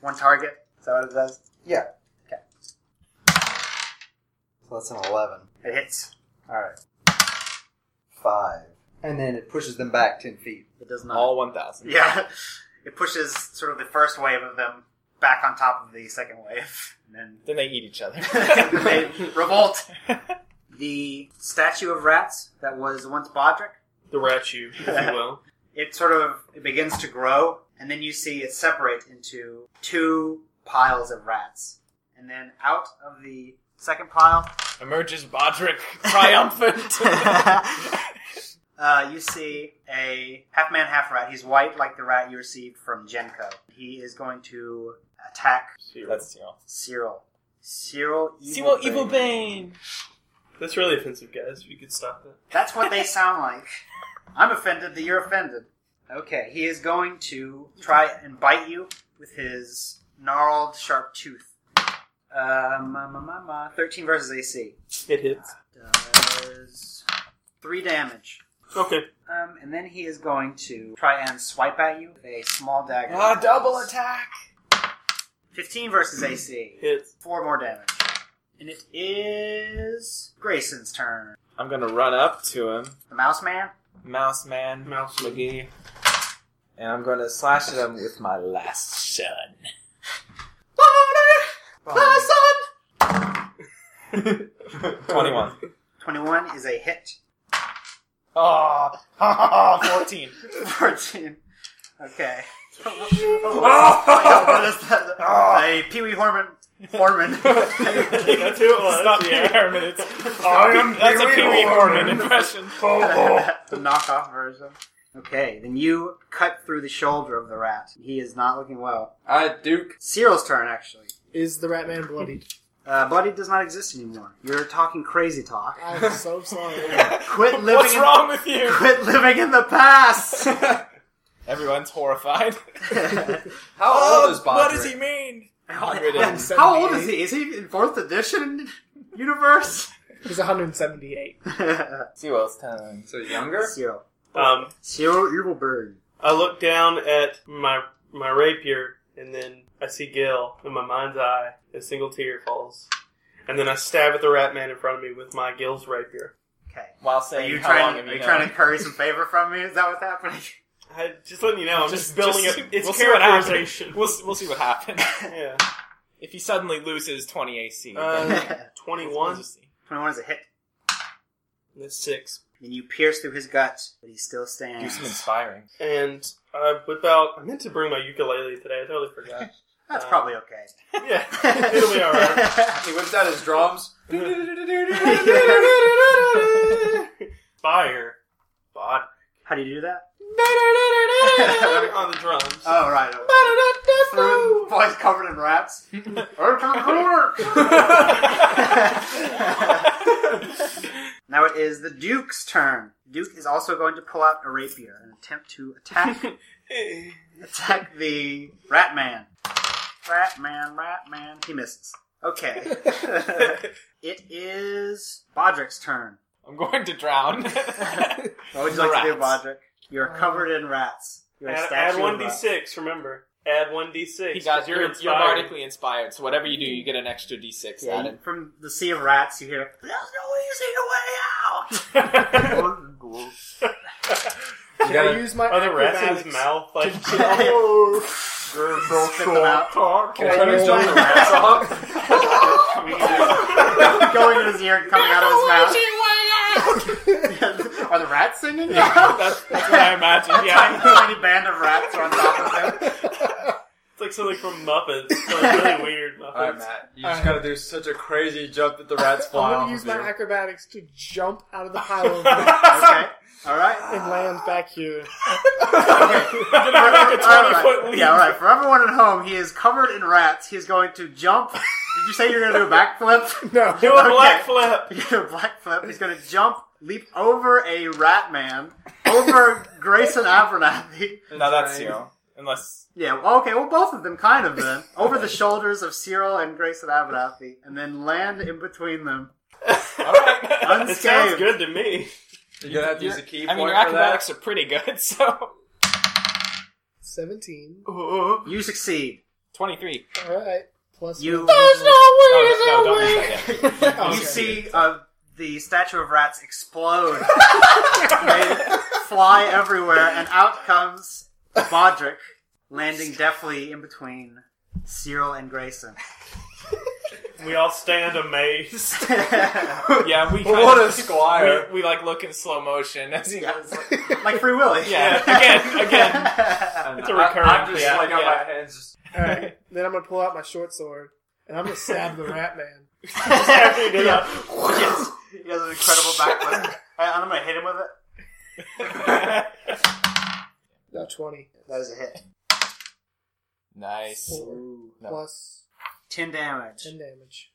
B: one target. Is that what it does?
G: Yeah.
B: Okay.
G: So that's an 11.
B: It hits.
G: 5. And then it pushes them back 10 feet.
B: It does not.
C: all one thousand.
B: Yeah, it pushes sort of the first wave of them back on top of the second wave, and then
C: Then they eat each other.
B: they revolt. The statue of rats that was once Bodrick,
E: The rat you, if you will.
B: it sort of it begins to grow, and then you see it separate into two piles of rats. And then out of the second pile,
C: Emerges Bodrick, triumphant.
B: uh, you see a half man, half rat. He's white like the rat you received from Genko. He is going to attack
C: That's Cyril.
B: Cyril. Cyril Evil Bane.
C: Bane.
E: That's really offensive, guys. If you could stop that.
B: That's what they sound like. I'm offended that you're offended. Okay, he is going to try and bite you with his gnarled, sharp tooth. Um, ma, ma, ma, ma. 13 versus AC.
E: It hits.
B: Does 3 damage.
E: Okay.
B: Um, and then he is going to try and swipe at you with a small dagger.
C: Ah, double attack!
B: 15 versus AC.
E: Hits.
B: Four more damage. And it is Grayson's turn.
C: I'm gonna run up to him,
B: The Mouse Man.
C: Mouse Man,
E: Mouse Man.
C: McGee, and I'm gonna slash at him with my last shot. Twenty-one.
B: 21 is a hit.
C: Oh, 14.
B: 14. Okay. what is that? A Pee Wee Horman. Horman.
E: That's who it was.
H: Stop
E: yeah.
H: Pee Wee Herman. It's, that's a Pee Wee Herman impression.
B: the knockoff version. Okay, then you cut through the shoulder of the rat. He is not looking well.
D: All right, Duke.
B: Cyril's turn, actually.
F: Is the rat man bloodied?
B: Uh, Buddy does not exist anymore. You're talking crazy talk.
F: I'm so sorry.
B: Quit living.
H: What's
B: in-
H: wrong with you?
B: Quit living in the past.
C: Everyone's horrified.
D: How
C: Oh,
D: old Oh, is Bob?
H: what does he mean?
B: How old is he? Is he in fourth edition universe?
F: He's 178.
C: Sewell's turn.
D: So younger.
B: Cyril.
E: Um,
B: Cyril, you will burn.
E: I look down at my my rapier, and then I see Gil in my mind's eye. A single tear falls, and then I stab at the rat man in front of me with my Gil's rapier.
B: Okay.
C: While
B: Are
C: saying,
B: you
C: how long
B: trying?
C: have
B: Are
C: you
B: you
C: known?
B: trying to curry some favor from me? Is that what's happening?
E: I just letting you know, I'm
H: Just-
E: just, building
H: just-
E: up its
H: we'll see what happens.
E: characterization.
H: We'll, s- we'll see what happens.
E: yeah,
H: If he suddenly loses 20 AC, then
E: uh,
H: we'll
E: twenty-one.
H: just see.
B: Twenty-one is a hit,
E: That's six.
B: and you pierce through his gut, but he still
C: do some
B: stands.
C: inspiring?
E: And I whip out. I meant to bring my ukulele today. I totally forgot.
B: That's probably okay.
E: yeah, it'll be all right.
D: He whips out his drums.
E: Fire, bod
B: How do you do that?
E: on the drums.
B: oh right. Through boys covered in rats. now it is the Duke's turn. Duke is also going to pull out a rapier and attempt to attack attack the rat man. Rat man, rat man. He misses. Okay. it is Bodrick's turn.
H: I'm going to drown.
B: What would you like to do,
H: Rats.
B: Bodrick? You're covered in rats. You're a
E: Uh, Add,
B: statue
E: add
B: of uh,
E: one d
B: rats.
E: six. Remember, add one d six.
H: he got
E: You're
H: you're, you're
E: inspired.
H: bardically inspired, so whatever you do, you get an extra d6
B: Yeah, you-
H: added.
B: from the sea of rats, you hear, "There's no easy way
D: You
F: Can I
D: gotta-
F: use my
E: Are the rats in
F: acrobatics?
E: his mouth? Like,
B: out." Spit them out.
D: Can I try to jump the rats off?
B: Going in his ear and coming out of his mouth. Are the rats singing?
H: That's, that's what I imagined,
B: tiny,
H: yeah.
B: tiny band of rats are on top of him.
E: it's like something from Muppets. It's like really weird Muppets.
D: All right, Matt. You just gotta do such a crazy jump that the rats
F: I'm
D: fly
F: going
D: off
F: to use
D: of
F: my
D: you.
F: acrobatics to jump out of the pile of rats
B: Okay. All right.
F: and land back here.
B: All right.
H: foot leap.
B: Yeah, all right. For everyone at home, he is covered in rats. He is going to jump. Did you say you're going to do a backflip?
F: No.
E: Do a
B: Okay.
E: black flip.
B: You're going to black flip. He's going to jump, leap over a rat man, over Grayson Abernathy.
C: No, that's Cyril. Unless
B: Yeah, well, okay, well, both of them, kind of then. Over the shoulders of Cyril and Grayson Abernathy, and then land in between them.
E: It sounds
B: Unscathed.
E: good to me.
D: You're gonna have to use a key
H: I
D: point
H: mean, your
D: for that.
H: acrobatics are pretty good, so.
F: 17.
B: You succeed.
H: 23.
F: All right. Plus
B: You-
F: one.
H: Oh, No, no, no, don't use that yet.
F: Oh,
B: You
F: okay.
B: see uh, the statue of rats explode. they fly everywhere, and out comes Bodrick, landing deftly in between Cyril and Grayson.
E: We all stand amazed.
B: like
H: Yeah, we kind
D: What a
H: of,
D: squire!
H: we, we like look in slow motion as he goes.
B: Free Willy.
H: Yeah, again, again.
D: It's
E: a recurring
D: I'm just
E: thing.
D: like on
H: Yeah.
D: my hands. Just,
F: All right. Then I'm going to pull out my short sword and I'm going to stab the rat man.
E: After he did that,
B: yes. He has an incredible backflip. All right, I'm going to hit him with it.
F: Got 20.
B: That is a hit.
H: Nice. No.
F: Plus
B: 10 damage.
F: 10 damage.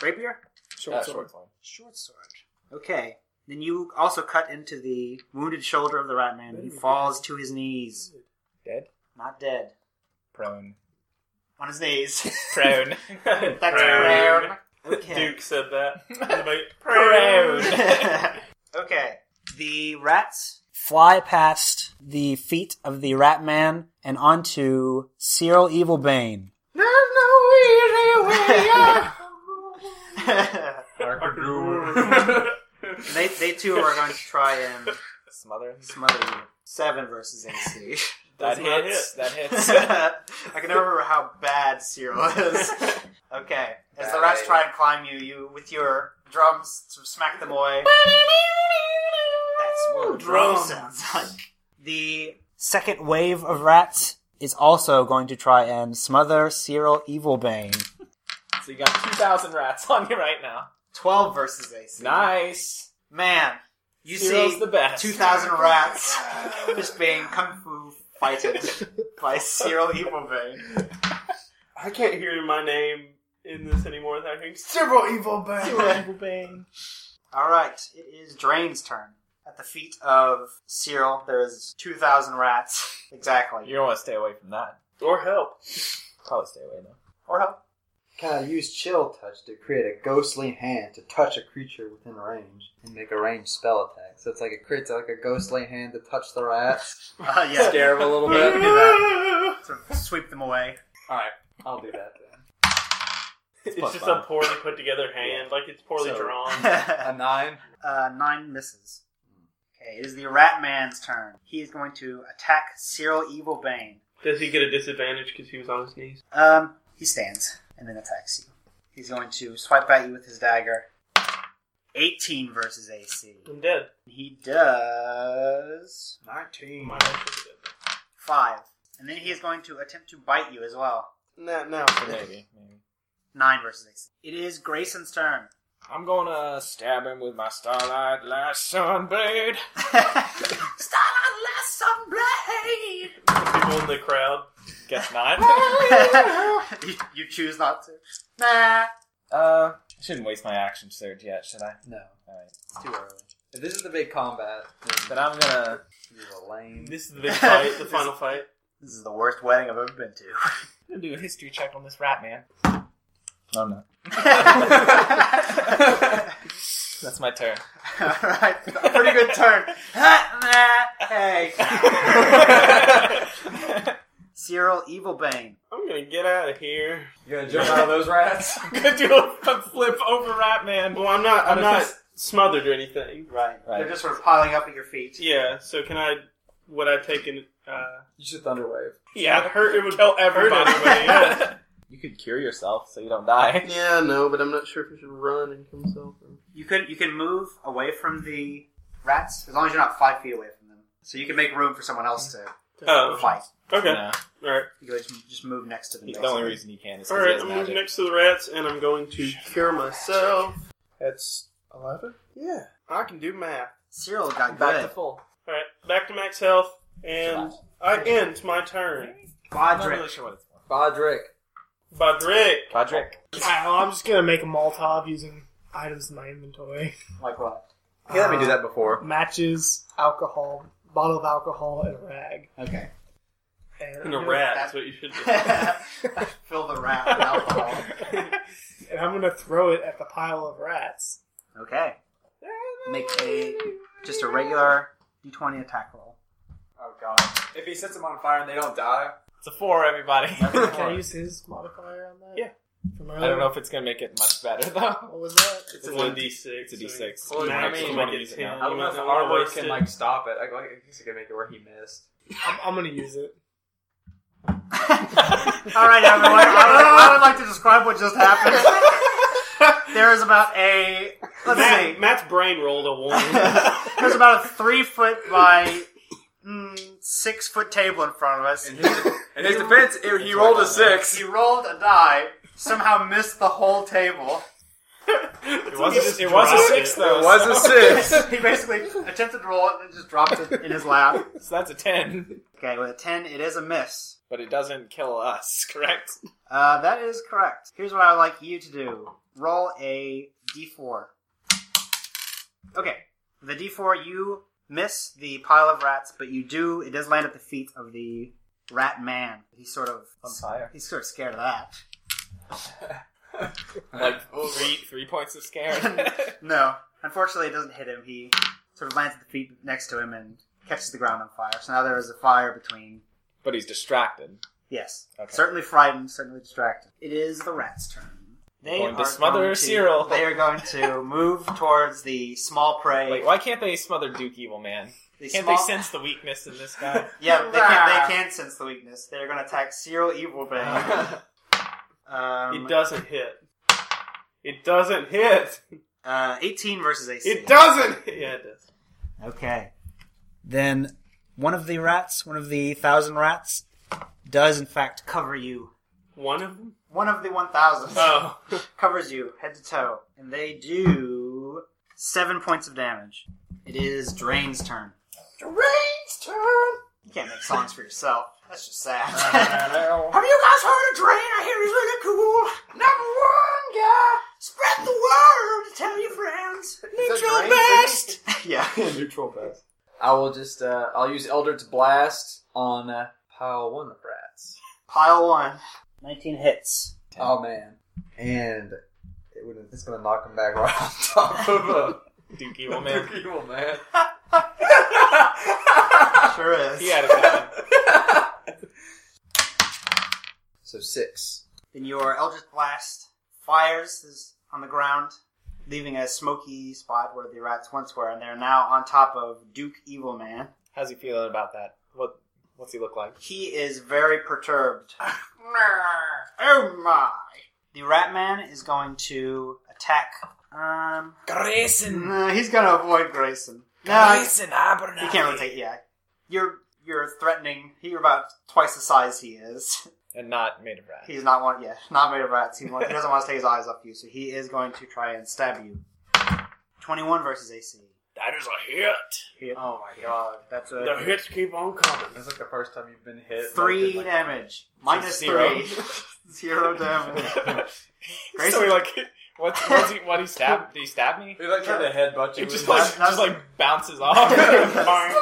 B: Rapier?
F: Short
H: Uh,
F: sword.
H: short one.
B: Short sword. Okay. Then you also cut into the wounded shoulder of the rat man. He falls to his knees.
H: Dead?
B: Not dead.
H: Prone.
B: on his knees.
H: Prone.
B: That's
E: Prone.
B: prone. Okay.
E: Duke said that.
H: Prone.
B: okay. The rats fly past the feet of the rat man and onto Cyril Evilbane. they, they too are going to try and
C: Smother.
B: smother you. Seven versus AC.
C: That
E: Does not
C: hits. That hits.
B: I can never remember how bad Cyril is. Okay. As the
C: Bad
B: rats
C: idea.
B: try and climb you, you with your drums sort of smack them away. That's what a drum sounds like. The second wave of rats is also going to try and smother Cyril Evilbane.
C: so you got two thousand rats on you right now.
B: Twelve versus AC.
C: Nice.
B: Man, you
C: Cyril's
B: see
C: the best.
B: two thousand rats just being kung fu fighted by Cyril Evilbane.
E: I can't hear my name in this anymore without hearing.
F: Several evil bangs.
B: All right, it is Drain's turn. At the feet of Cyril, there is 2,000 rats. Exactly.
C: You don't want to stay away from that.
E: Or help.
C: Probably stay away though.
B: Or help.
G: Can I use chill touch to create a ghostly hand to touch a creature within range and make a ranged spell attack? So it's like it creates like a ghostly hand to touch the rats.
B: Uh, yeah.
D: Scare him a little
B: You
D: bit.
B: can do that. Sort of sweep them away.
G: I'll do that then.
E: It's,
C: plus
E: just
C: five.
E: a poorly put together hand. Like it's poorly
D: So-
E: drawn.
D: A
B: uh,
D: nine.
B: nine misses. Okay, it is the Rat Man's turn. He is going to attack Cyril Evilbane.
E: Does he get a disadvantage because he was on his knees?
B: Um, he stands and then attacks you. He's going to swipe at you with his dagger. 18 versus AC.
E: I'm dead.
B: He does.
G: 19.
E: My life is dead.
B: Five. And then he is going to attempt to bite you as well.
F: No, no.
C: Maybe. Maybe.
B: Nine versus six. It is Grayson's turn.
C: I'm gonna stab him with my starlight lasso blade.
B: Starlight
E: People in the crowd.
D: Guess not.
C: Uh,
B: Lasso Blade! you, you choose not to. Nah.
C: Uh, I shouldn't waste my action surge yet, should I?
G: No,
C: Alright.
G: it's too early. If this is the big combat, then
C: But I'm gonna.
G: this is a lame.
E: This is the big fight. The final fight.
B: This is the worst wedding I've ever been
C: I'm gonna do a history check on this rat man. No, no.
B: to.
C: That's my turn.
B: Alright, a pretty good turn. Nah, hey. Cyril Evilbane.
E: I'm gonna get out of here.
D: You gonna jump out of those rats?
H: I'm gonna do a flip over Rat Man.
E: Well, I'm not. I'm
H: Out of
E: not
H: his-
E: smothered or anything.
B: Right.
C: Right.
B: They're just sort of piling up at your feet.
E: Yeah. So can I? Would I take an? Uh,
D: You should thunderwave.
H: Yeah,
E: it hurt. It would
H: kill
E: hurt
H: everybody.
E: anyway. Yeah.
C: You could cure yourself so you don't die.
E: yeah. No, but I'm not sure if I should run and come self.
B: You can you can move away from the rats as long as you're not five feet away from them. So you can make room for someone else to
E: Oh.
B: fight.
E: Okay.
C: No.
E: All right.
B: You can just, just move next to them.
C: The
B: basically.
C: only reason you can is
E: All
C: because he
E: right.
C: has
E: I'm moving
C: magic.
E: next to the rats, and I'm going to cure myself.
H: That's 11?
E: Yeah. I can do math.
B: Cyril got
C: Back to
B: good.
C: full.
E: All right. Back to max health, and I end my turn.
C: I'm not really
B: Bodrick.
C: sure what it's for.
G: Bodrick.
E: Badrick.
C: Roderick.
F: Wow, I'm just gonna make a Molotov using items in my inventory.
B: Like what?
G: He let me
F: Uh,
G: do that before.
F: Matches, alcohol, bottle of alcohol, and a rag.
B: Okay.
E: And
F: And,
E: a
F: I'm gonna-
E: rat. That's what you should do.
B: Fill the rat with alcohol.
F: And I'm gonna throw it at the pile of rats.
B: Okay. Make a just a regular d20 attack roll.
D: Oh god. If he sets them on fire and they don't die,
H: It's a four, everybody.
F: Can I use his modifier on that?
E: Yeah.
F: From
C: I don't know if it's gonna make it much better though.
F: What was that?
E: It's a one d six.
C: It's a d6.
D: Well,
E: Max
D: I mean,
E: might
D: like
E: get
D: it's-
E: ten.
D: I don't know if the
E: You
D: hard
E: might
D: work
E: waste
D: can
E: it.
D: like stop it. I, I guess it can make it where he missed.
F: I'm, I'm gonna use it.
B: All right, everyone. I would, I would like to describe what just happened. there is about a let's see.
E: Matt, Matt's brain rolled a one.
B: There's about a three foot by mm, six foot table in front of us.
D: In his, in his defense, it, he rolled a six.
B: He rolled a die, somehow missed the whole table.
E: it
H: was a- it was a six,
E: though.
D: It was a six.
B: he basically attempted to roll it and just dropped it in his lap.
H: So that's a ten.
B: Okay, with a 10, it is a miss.
C: But it doesn't kill us, correct?
B: Uh, that is correct. Here's what I would like you to do roll a d4. Okay, the d4, you miss the pile of rats, but you do, it does land at the feet of the Rat Man. He's sort of
C: On fire.
B: He's sort of scared of that.
H: Like three three points of scare.
B: no, unfortunately, it doesn't hit him. He sort of lands at the feet next to him and catches the ground on fire. So now there is a fire between.
C: But he's distracted.
B: Yes,
C: Okay.
B: certainly frightened, certainly distracted. It is the rat's turn. They
H: Going to
B: are
H: smother
B: going to-
H: Cyril.
B: They are going to move towards the small prey.
H: Wait, why can't they smother Duke Evil Man?
B: the
H: Can't
B: small-
H: they sense the weakness in this guy?
B: Yeah, they can, they can sense the weakness. They're going to attack Cyril Evil Bang. Um,
E: It doesn't hit. It doesn't hit.
B: uh, 18 versus AC.
E: It doesn't. hit. Yeah, it does.
B: Okay. Then one of the rats, one of the thousand rats, does in fact cover you.
E: One of them.
B: One of the one thousand
H: Uh,
E: Oh,
B: covers you head to toe, and they do seven points of damage. It is Drain's turn. Drain's turn. You can't make songs for yourself. That's just sad. Have you guys heard of Drain? I hear he's really cool. Number one guy. Spread the word. Tell your friends. Neutral best. yeah.
G: Neutral best. I will just uh, I'll use Eldritch Blast on uh, pile one of rats.
B: Pile one. 19 hits.
G: Oh man, and it would it's gonna knock him back right on top of a
H: Duke Evil Man.
G: evil man.
B: Sure is.
H: He had it coming.
G: So six.
B: Then your Eldritch Blast fires is on the ground, leaving a smoky spot where the rats once were, and they're now on top of Duke Evil Man.
H: How's he feeling about that? What What's he look like?
B: He is very perturbed. oh my! The Rat Man is going to attack. Um,
H: Grayson.
B: nah, he's going to avoid Grayson. No,
H: Grayson
B: he can't really take. Yeah, you're you're threatening. You're about twice the size he is.
H: And not made of rat.
B: He's not one. Yeah, not made of rats. He, wants, he doesn't want to take his eyes off you, so he is going to try and stab you. Twenty-one versus AC.
E: that is a hit.
B: Oh my god, that's
E: The
B: a
E: hits keep on coming.
C: That's like the first time you've been hit.
B: three damage minus
H: zero.
B: three, zero damage.
H: So he
B: Grayson,
H: like, what's, what's he? What he stab? Did he stab me?
D: He like tried to headbutt you.
H: It just
D: with
H: like
D: his-
H: just like bounces off.
E: Fine.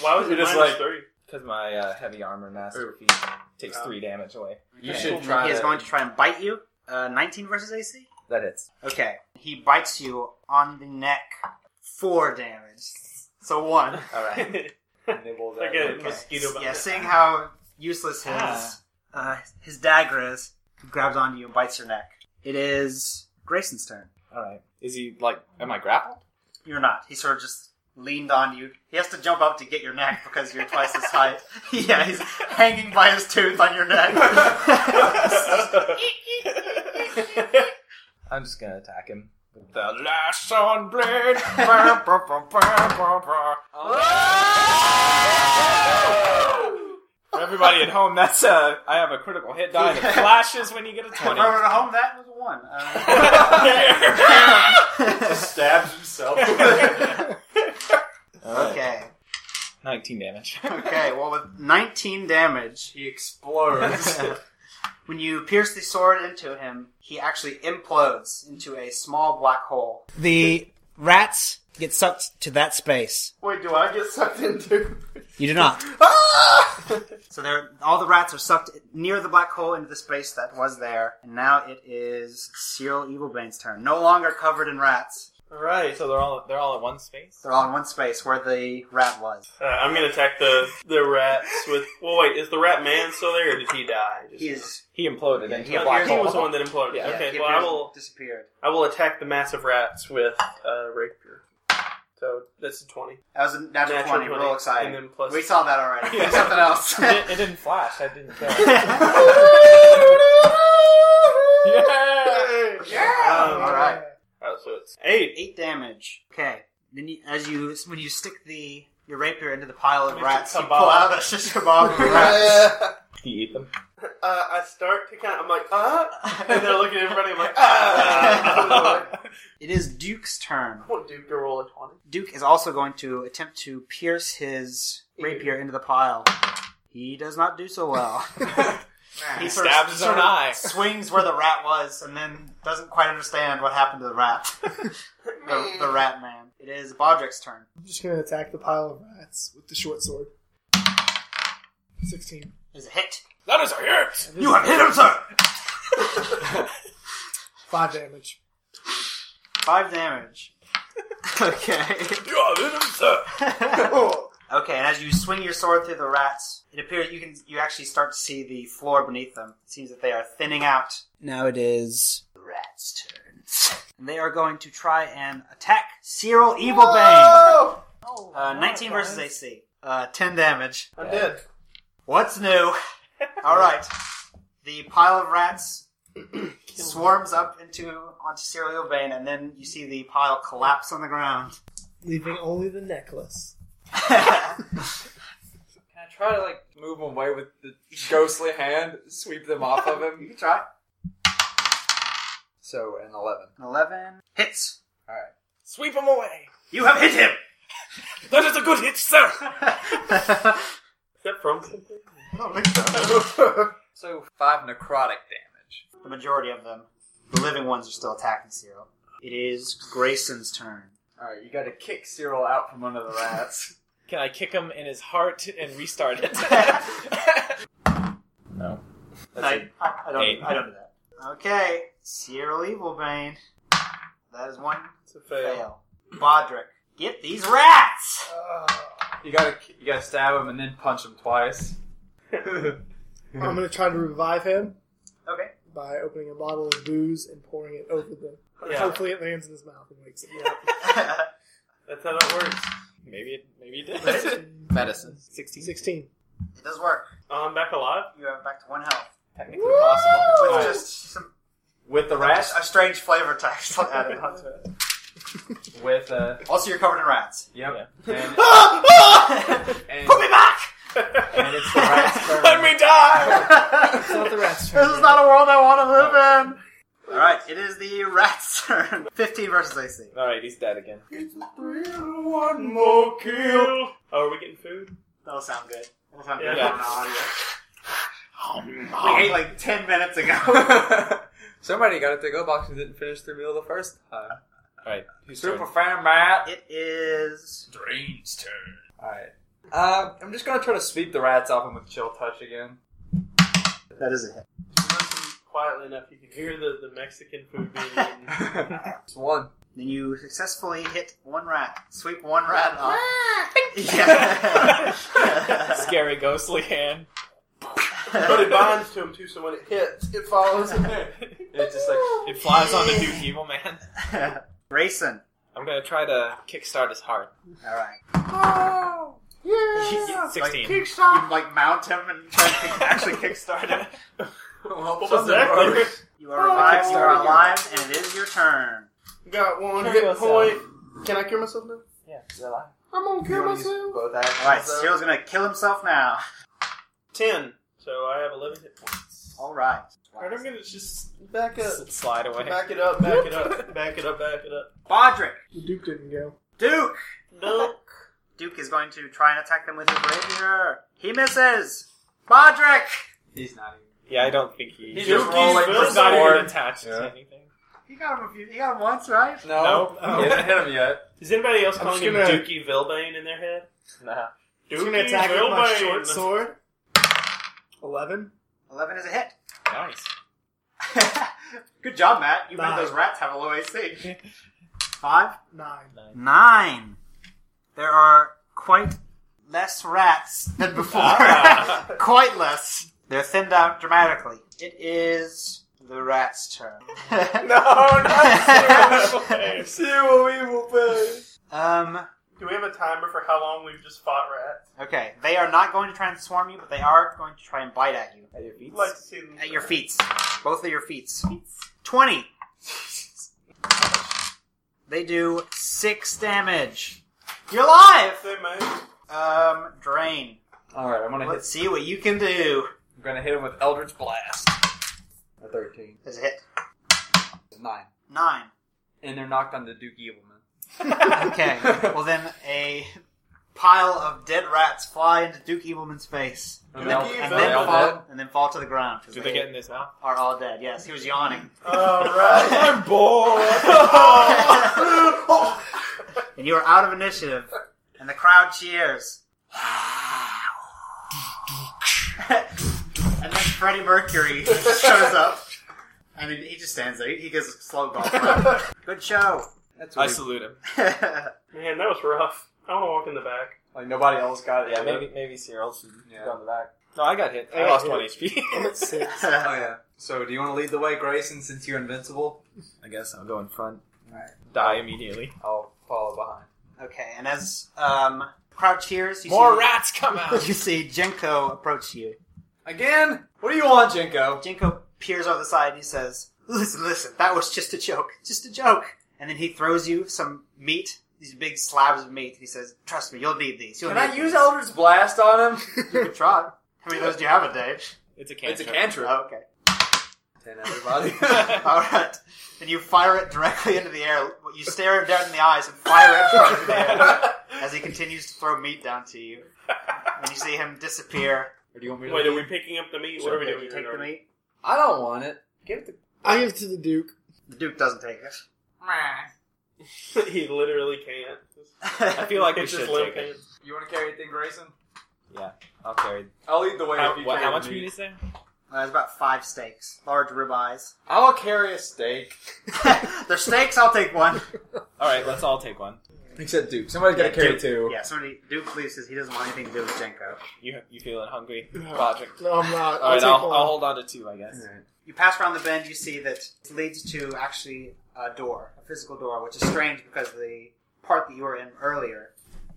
E: Why was
D: You're
E: it
D: just
E: minus
D: like-
E: three?
C: Because my uh, heavy armor master feat takes three damage away.
D: you should try.
B: he is
D: to-
B: going to try and bite you. Uh, Nineteen versus AC.
C: That hits.
B: Okay, he bites you on the neck. Four damage. So one.
C: All right.
E: It's like a mosquito bite.
B: Yeah, seeing how useless his
H: Ah.
B: uh, his dagger is, he grabs onto you and bites your neck. It is Grayson's turn.
H: All right. Is he like? Am I grappled?
B: You're not. He sort of just leaned on you. He has to jump up to get your neck because you're twice his height. yeah, he's hanging by his tooth on your neck.
C: I'm just gonna attack him.
H: The last on blade.
I: Oh.
H: For everybody at home, that's uh, I have a critical hit die that flashes when you get a
B: If
H: twenty.
B: I were at home, that was a one.
D: stabs himself.
B: Uh, okay.
H: Nineteen damage.
B: Okay, well, with 19 damage,
D: he explodes.
B: When you pierce the sword into him, he actually implodes into a small black hole. The rats get sucked to that space.
G: Wait, do I get sucked into? Ah!
B: You do not. so there, all the rats are sucked near the black hole into the space that was there, and now it is Cyril Evilbane's turn. No longer covered in rats.
H: All right. So they're
I: Oh,
H: all they're all at one space.
B: They're all in one space where the rat was.
E: Uh, I'm gonna attack the the rats with. Well, wait, is the rat man still there, or did he die?
B: He is.
H: He imploded
B: Yeah,
H: into
B: he
H: a
E: Oh,
H: black
E: he
H: hole.
E: was the one that imploded.
H: Yeah.
E: okay,
B: he
E: well, I
B: appears-
E: will
B: disappeared.
E: I will attack the massive rats with uh, rapier. So that's a twenty.
B: That was a natural,
E: Natural
B: 20.
E: 20,
B: Real exciting.
E: and then plus-
B: we saw that already.
H: Yeah.
B: Something else.
H: It, didn't- it didn't flash. I didn't kill. him. yeah.
E: Um,
B: all right.
E: Alright, so it's eight.
B: Eight damage. Okay. Then you, as you when you stick the your rapier into the pile of
E: It's a
B: rats, you
E: kebab.
B: pull out a shish kebab of rats.
G: Yeah.
H: He ate them.
E: Uh, I start to kind of. I'm like, uh, and they're looking at everybody. I'm like,
B: ah.
E: ah.
B: it is Duke's turn.
E: I want Duke to roll a twenty.
B: Duke is also going to attempt to pierce his rapier into the pile. He does not do so well. he sort of-
H: stabs his
B: sort
H: own
B: of
H: eye.
B: Swings where the rat was, and then doesn't quite understand what happened to the rat. the, the rat man. It is Bodrick's turn.
F: I'm just gonna attack the pile of rats with the short sword. Sixteen.
B: Is a hit.
H: That is a hit.
B: You have hit him, sir.
F: Five damage.
B: Five damage. okay.
H: You are hit him, sir.
B: Okay, and as you swing your sword through the rats, it appears you can you actually start to see the floor beneath them. It seems that they are thinning out. Now it is the rats' turn. And they are going to try and attack Cyril Evilbane. Uh, 19 versus AC. Uh, 10 damage.
E: I'm dead.
B: What's new? All right. The pile of rats swarms up into onto Cyril Evilbane, and then you see the pile collapse on the ground.
F: Leaving only the necklace.
D: Can I try to like move them away with the ghostly hand, sweep them off of
B: you
D: him?
B: can try.
G: So an eleven.
B: An 11 hits.
G: All right.
H: Sweep him away.
B: You have hit him.
H: That is a good hit, sir.
E: Is that from something?
D: So five necrotic damage.
B: the majority of them, the living ones, are still attacking Cyril. It is Grayson's turn.
D: All right, you got to kick Cyril out from under the rats.
I: Can I kick him in his heart and restart it?
C: No.
B: I, I, I don't.
I: Eight.
B: I don't do that. Okay, Cyril Evilbane. That is one
E: It's a fail.
B: fail. Bodrick, get these rats.
F: Uh,
D: you gotta you gotta stab him and then punch him twice. Hmm.
F: I'm gonna try to revive him
B: Okay.
F: by opening a bottle of booze and pouring it over them.
E: Yeah,
F: Hopefully, it lands in his mouth and wakes him
E: that's how that works.
I: maybe it maybe it
F: up.
I: did.
C: Medicine.
I: 16?
F: Sixteen.
B: it does work.
E: Oh, I'm back alive.
B: You have back to one health.
D: Technically possible.
B: With
D: Alright,
B: just some
D: With the rats,
B: a strange flavor text added onto it.
D: with uh,
B: Also, you're covered in rats.
D: yep. And, and,
B: Put me back.
D: and it's the rats' turn.
I: me die!
F: It's not the rat's
B: This
F: turn.
B: is not a world I want to live in. All right, it is the rat's turn. Fifteen versus AC.
I: Alright, he's dead again.
H: One more kill.
E: Oh, are we getting food?
B: That'll sound good. That'll sound
E: Yeah.
B: good on audio. We ate like ten minutes ago.
D: Somebody got it to go box and didn't finish their meal the first time.
I: Alright, who's
D: Super
I: turn?
D: fan, Matt.
B: it is
H: Drain's turn.
D: Alright. Uh, I'm just gonna try to sweep the rats off him with chill touch again.
B: that is a hit.
E: Quietly enough, you can hear the, the Mexican food being eaten.
D: it's one.
B: Then you successfully hit one rat. Sweep one rat off. yeah.
I: Scary ghostly hand.
E: but it binds to him too, so when it hits, it follows him there.
D: It's just like
I: It flies on the Duke Evil Man.
B: Grayson.
I: I'm gonna try to kickstart his heart.
B: All right. Like,
I: 16.
B: you like mount him and try to kick- actually kickstart him.
E: Exactly.
B: You are revived. You are alive, and it is your turn.
E: Got one
I: Cure
E: hit
I: yourself.
E: point. Can I cure myself now?
I: Yeah, still alive.
E: I'm gonna
G: You wanna use both
B: All right,
G: actions, though?
B: Cyril's gonna kill himself now.
E: Ten. So I have eleven hit points.
B: All right.
E: Alright, I'm gonna just back up.
I: S- slide away.
E: Back it up, back it up, back it up, back it up.
B: Bodrick.
F: The Duke didn't go.
B: Duke.
E: No.
B: Duke is going to try and attack them with his rapier. He misses. Bodrick.
D: he's not
I: Yeah, I don't think he.
D: He's
I: He's,
D: just rolling
E: Wilson.
D: for
I: not
D: support.
I: even attached
D: Yeah.
I: to anything.
B: He got him a few. He got him once, right?
D: No,
I: Nope.
D: he hasn't hit him yet.
E: Oh. Is anybody else
F: I'm
E: calling
F: just
E: him
F: gonna-
E: Dookie Vilbane in their head?
I: Nah.
F: He's
E: Dookie
F: gonna attack with my
E: Vilbane.
F: short sword. Eleven.
B: Eleven is a hit.
I: Nice.
B: Good job, Matt. You
F: Nine.
B: made those rats have a low AC. Five.
F: Nine.
B: Nine. There are quite less rats than before. quite less. They're thinned out dramatically. It is the rat's turn. no,
E: Okay.
B: Um.
E: Do we have a timer for how long we've just fought rats?
B: Okay, they are not going to try and swarm you, but they are going to try and bite at you.
I: At your feet?
E: I'd like to see them.
B: At your feet. Both of your feet. 20. They do 6 damage. You're alive!
E: They may.
B: Um, drain.
D: All right, I'm gonna hit.
B: Let's see what you can do.
D: I'm gonna hit him with Eldritch Blast,
G: A thirteen.
B: Does it hit?
G: Nine.
B: 9.
D: and they're knocked on the Duke Evilman.
B: Okay, well then a pile of dead rats fly into Duke Evilman's face.
D: And they'll-
E: Duke
B: And
E: Are
B: then,
E: they all
B: fall, and then fall to the ground. 'cause
I: Do they get in his mouth?
B: are all dead. Yes, he was yawning.
E: Alright.
I: I'm bored!
B: and you are out of initiative, and the crowd cheers. and then Freddie Mercury shows up. I mean, he just stands there. He, he gives a slow golf round. Good show.
J: That's
D: I
J: weird.
D: salute him.
E: Man, that was rough. I want to walk in the back.
K: Like nobody else got it.
C: Yeah, maybe maybe Cyril should
J: Yeah.
C: go in the back.
D: No, I got hit.
C: I lost one HP.
J: Oh yeah. So do you want to lead the way, Grayson, since you're invincible? I guess I'll go in front.
C: Die immediately.
L: I'll follow behind.
B: okay, and as um, crowd cheers, you
C: More
B: see,
C: rats come out.
B: You see Jenko approach you.
J: Again? What do you want, Jinko?
B: Jinko peers over the side and he says, Listen, listen, that was just a joke. Just a joke. And then he throws you some meat, these big slabs of meat. He says, Trust me, you'll need these. You'll
K: Can
B: need
K: I use
B: these."
K: Elder's Blast on him?
B: You can try. How many of those do you have a day?
C: It's a cancer.
D: It's a cantrip.
B: Oh, okay.
L: Ten everybody.
B: All right. And you fire it directly into the air. You stare him down in the eyes and fire it directly into the air as he continues to throw meat down to you. And you see him disappear.
K: Or do you want me to?
E: Wait, are we picking up the meat? What are we
B: Okay,
E: doing?
B: you take the meat.
L: I don't want it. Give it to
F: I give it to the Duke.
B: The Duke doesn't take it.
E: he literally can't.
C: I feel like we
E: It's
C: should
E: just low
C: take it.
D: You want to carry anything, Grayson?
C: I'll carry.
D: I'll lead the way
C: How,
D: if you
C: what,
D: carry
C: how
D: the
C: much
D: meat.
C: meat is there?
B: Uh, There's about five steaks, large ribeyes.
D: I'll carry a steak.
B: There's steaks. I'll take one.
C: All right, let's all take one.
J: Except Duke. Somebody's got to carry two.
B: Yeah, somebody Duke Lee says he doesn't want anything to do with Jenko.
C: You you feeling hungry, Bodrick?
F: No, I'm not.
C: All
F: I'll
C: right,
F: take
C: I'll,
F: one.
C: I'll hold on to two, I guess.
B: You pass around the bend, you see that it leads to actually a door, a physical door, which is strange because the part that you were in earlier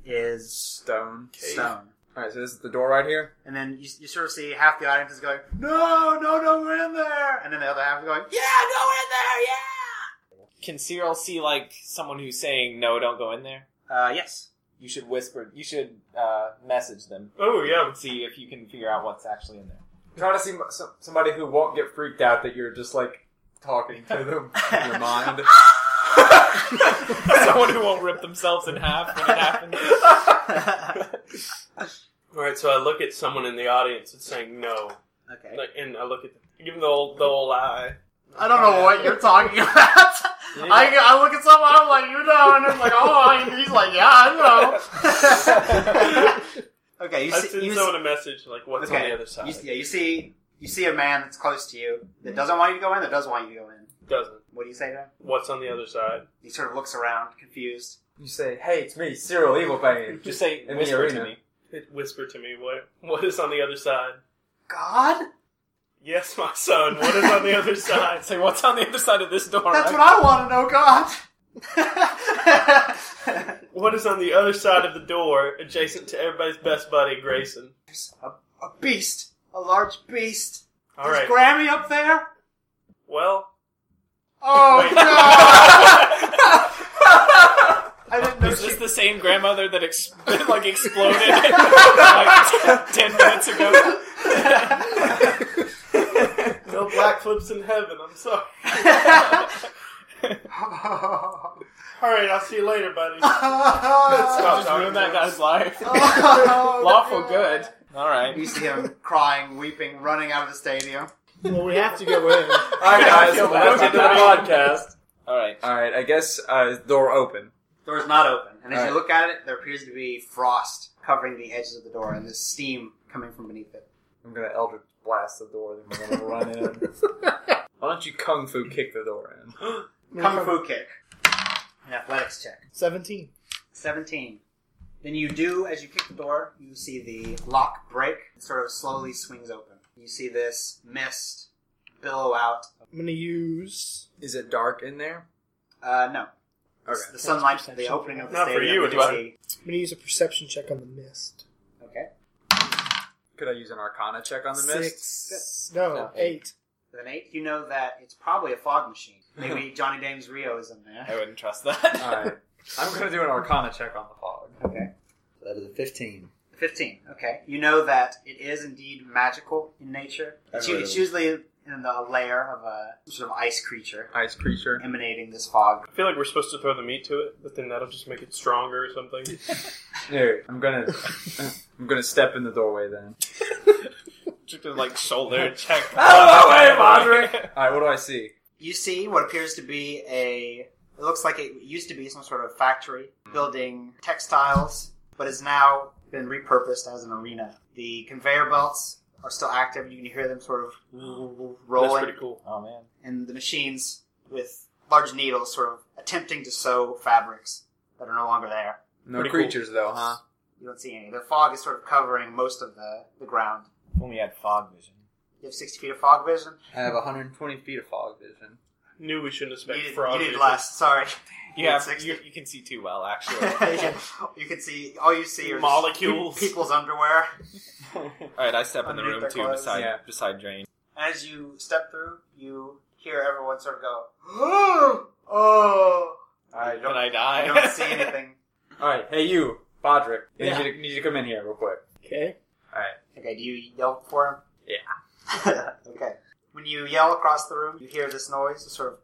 B: is
J: Stone.
B: stone.
J: Alright, so this is the door right here?
B: And then you, you sort of see half the audience is going, "No, no, no, we're in there," and then the other half is going, "Yeah, no,
C: Can Cyril see like someone who's saying no, don't go in there?
B: we're in there." Uh, yes.
C: You should whisper. You should uh, message them.
E: Oh yeah,
C: and See if you can figure out what's actually in there.
D: Try to see m- some, somebody who won't get freaked out that you're just like talking to them in your mind.
C: Someone who won't rip themselves in half when it happens.
E: All right, so I look at someone in the audience and saying no,
B: okay.
E: like, and I look at them, give them the old, the old eye.
B: I don't know what you're talking about. I, I look at someone, I'm like, you know, and I'm like, oh, and he's like, yeah, I know. okay, you
E: I
B: see,
E: send
B: you see,
E: someone a message like, "What's on
B: Okay.
E: the other side?" Mm-hmm.
B: you, see- yeah, you see, you see a man that's close to you that doesn't want you to go in, that does want you to go in.
E: Doesn't.
B: What do you say to him?
E: What's on the other side?
B: He sort of looks around, confused.
D: You say, "Hey, it's me, Cyril Evilbane."
C: Just say
D: the
C: whisper to
D: arena.
C: me.
E: It whispered to me, "What? What is on the other side?"
B: God,
E: Yes, my son. What is on the other side?
C: Say what's on the other side of this door.
B: that's
C: right?
B: what I want to know. God,
E: What is on the other side of the door, adjacent to everybody's best buddy, Grayson?
B: a beast, a large beast.
E: All
B: is
E: right.
B: Grammy up there?
E: well,
B: Oh
E: Wait.
B: God! I didn't know.
C: Is
B: she-
C: this the same grandmother that ex- that, like exploded like ten minutes ago?
E: no black flips in heaven. I'm sorry. All right, I'll see you later, buddy.
C: I just ruined that guy's life. Lawful good. All right.
B: You see him crying, weeping, running out of the stadium.
F: Well, we have to go in.
D: All right, guys,
C: feel bad
D: let's get to the
C: about
D: podcast.
C: All right.
D: All right, I guess uh, door open.
B: Door's not open, and as
D: All
B: you
D: right.
B: look at it, there appears to be frost covering the edges of the door, and there's steam coming from beneath it.
D: I'm gonna Eldritch blast the door. Then we're gonna run in. Why don't you kung fu kick the door in?
B: Kung Fu kick. An athletics check.
F: 17.
B: 17. Then you do, as you kick the door, you see the lock break, it sort of slowly swings open. You see this mist billow out.
F: I'm going to use.
L: Is it dark in there?
B: Uh, no.
L: Okay.
B: The sunlight, the opening of the
E: Not for
B: stadium.
E: you,
B: you
E: anyway.
B: see-
F: I'm going to use a perception check on the mist.
B: Okay.
D: Could I use an Arcana check on the mist?
F: Six. No,
C: No,
F: eight.
B: With an 8, you know that it's probably a fog machine. Maybe Johnny Dame's Rio is in
C: I
B: there.
C: wouldn't trust that.
D: All right, I'm gonna do an Arcana check on the fog.
B: Okay.
L: That is a fifteen.
B: 15. Okay. You know that it is indeed magical in nature. It's, u- it's usually in the layer of a sort of ice creature
D: Ice creature.
B: emanating this fog.
E: I feel like we're supposed to throw the meat to it, but then that'll just make it stronger or something.
D: Here, I'm gonna, I'm gonna step in the doorway then.
C: Just gonna, like shoulder check.
E: Oh,
D: All right, what do I see?
B: You see what appears to be a. It looks like it used to be some sort of factory building textiles, but has now been repurposed as an arena. The conveyor belts are still active, and you can hear them sort of
E: That's
B: rolling,
E: pretty cool.
C: Oh man.
B: and the machines with large needles sort of attempting to sew fabrics that are no longer there.
C: No
E: Pretty cool.
C: creatures though, huh?
B: You don't see any. The fog is sort of covering most of the, the ground.
C: If only you had fog vision.
B: You have 60 feet of fog vision.
G: I have 120 feet of fog vision.
E: Knew we shouldn't have
B: You
E: spent
B: did,
E: frog.
B: you did
E: vision.
B: less, sorry.
C: You, have,
B: 60.
C: you, you can see too well, actually.
B: you can see, all you see are just
E: Molecules.
B: people's underwear.
C: All right, I step in the
B: Underneath
C: room
B: their
C: too,
B: clothes.
C: beside
D: Yeah.
C: beside drain.
B: As you step through, you hear everyone sort of go, oh,
D: Alright,
C: Can I die?
B: you don't see anything.
D: alright. Hey, you, Bodrick. I
F: Yeah.
D: Need, you to, need you to come in here real quick.
F: Okay.
B: Okay, do you yell for him? Yeah. okay. When you yell across the room, you hear this noise, this sort of,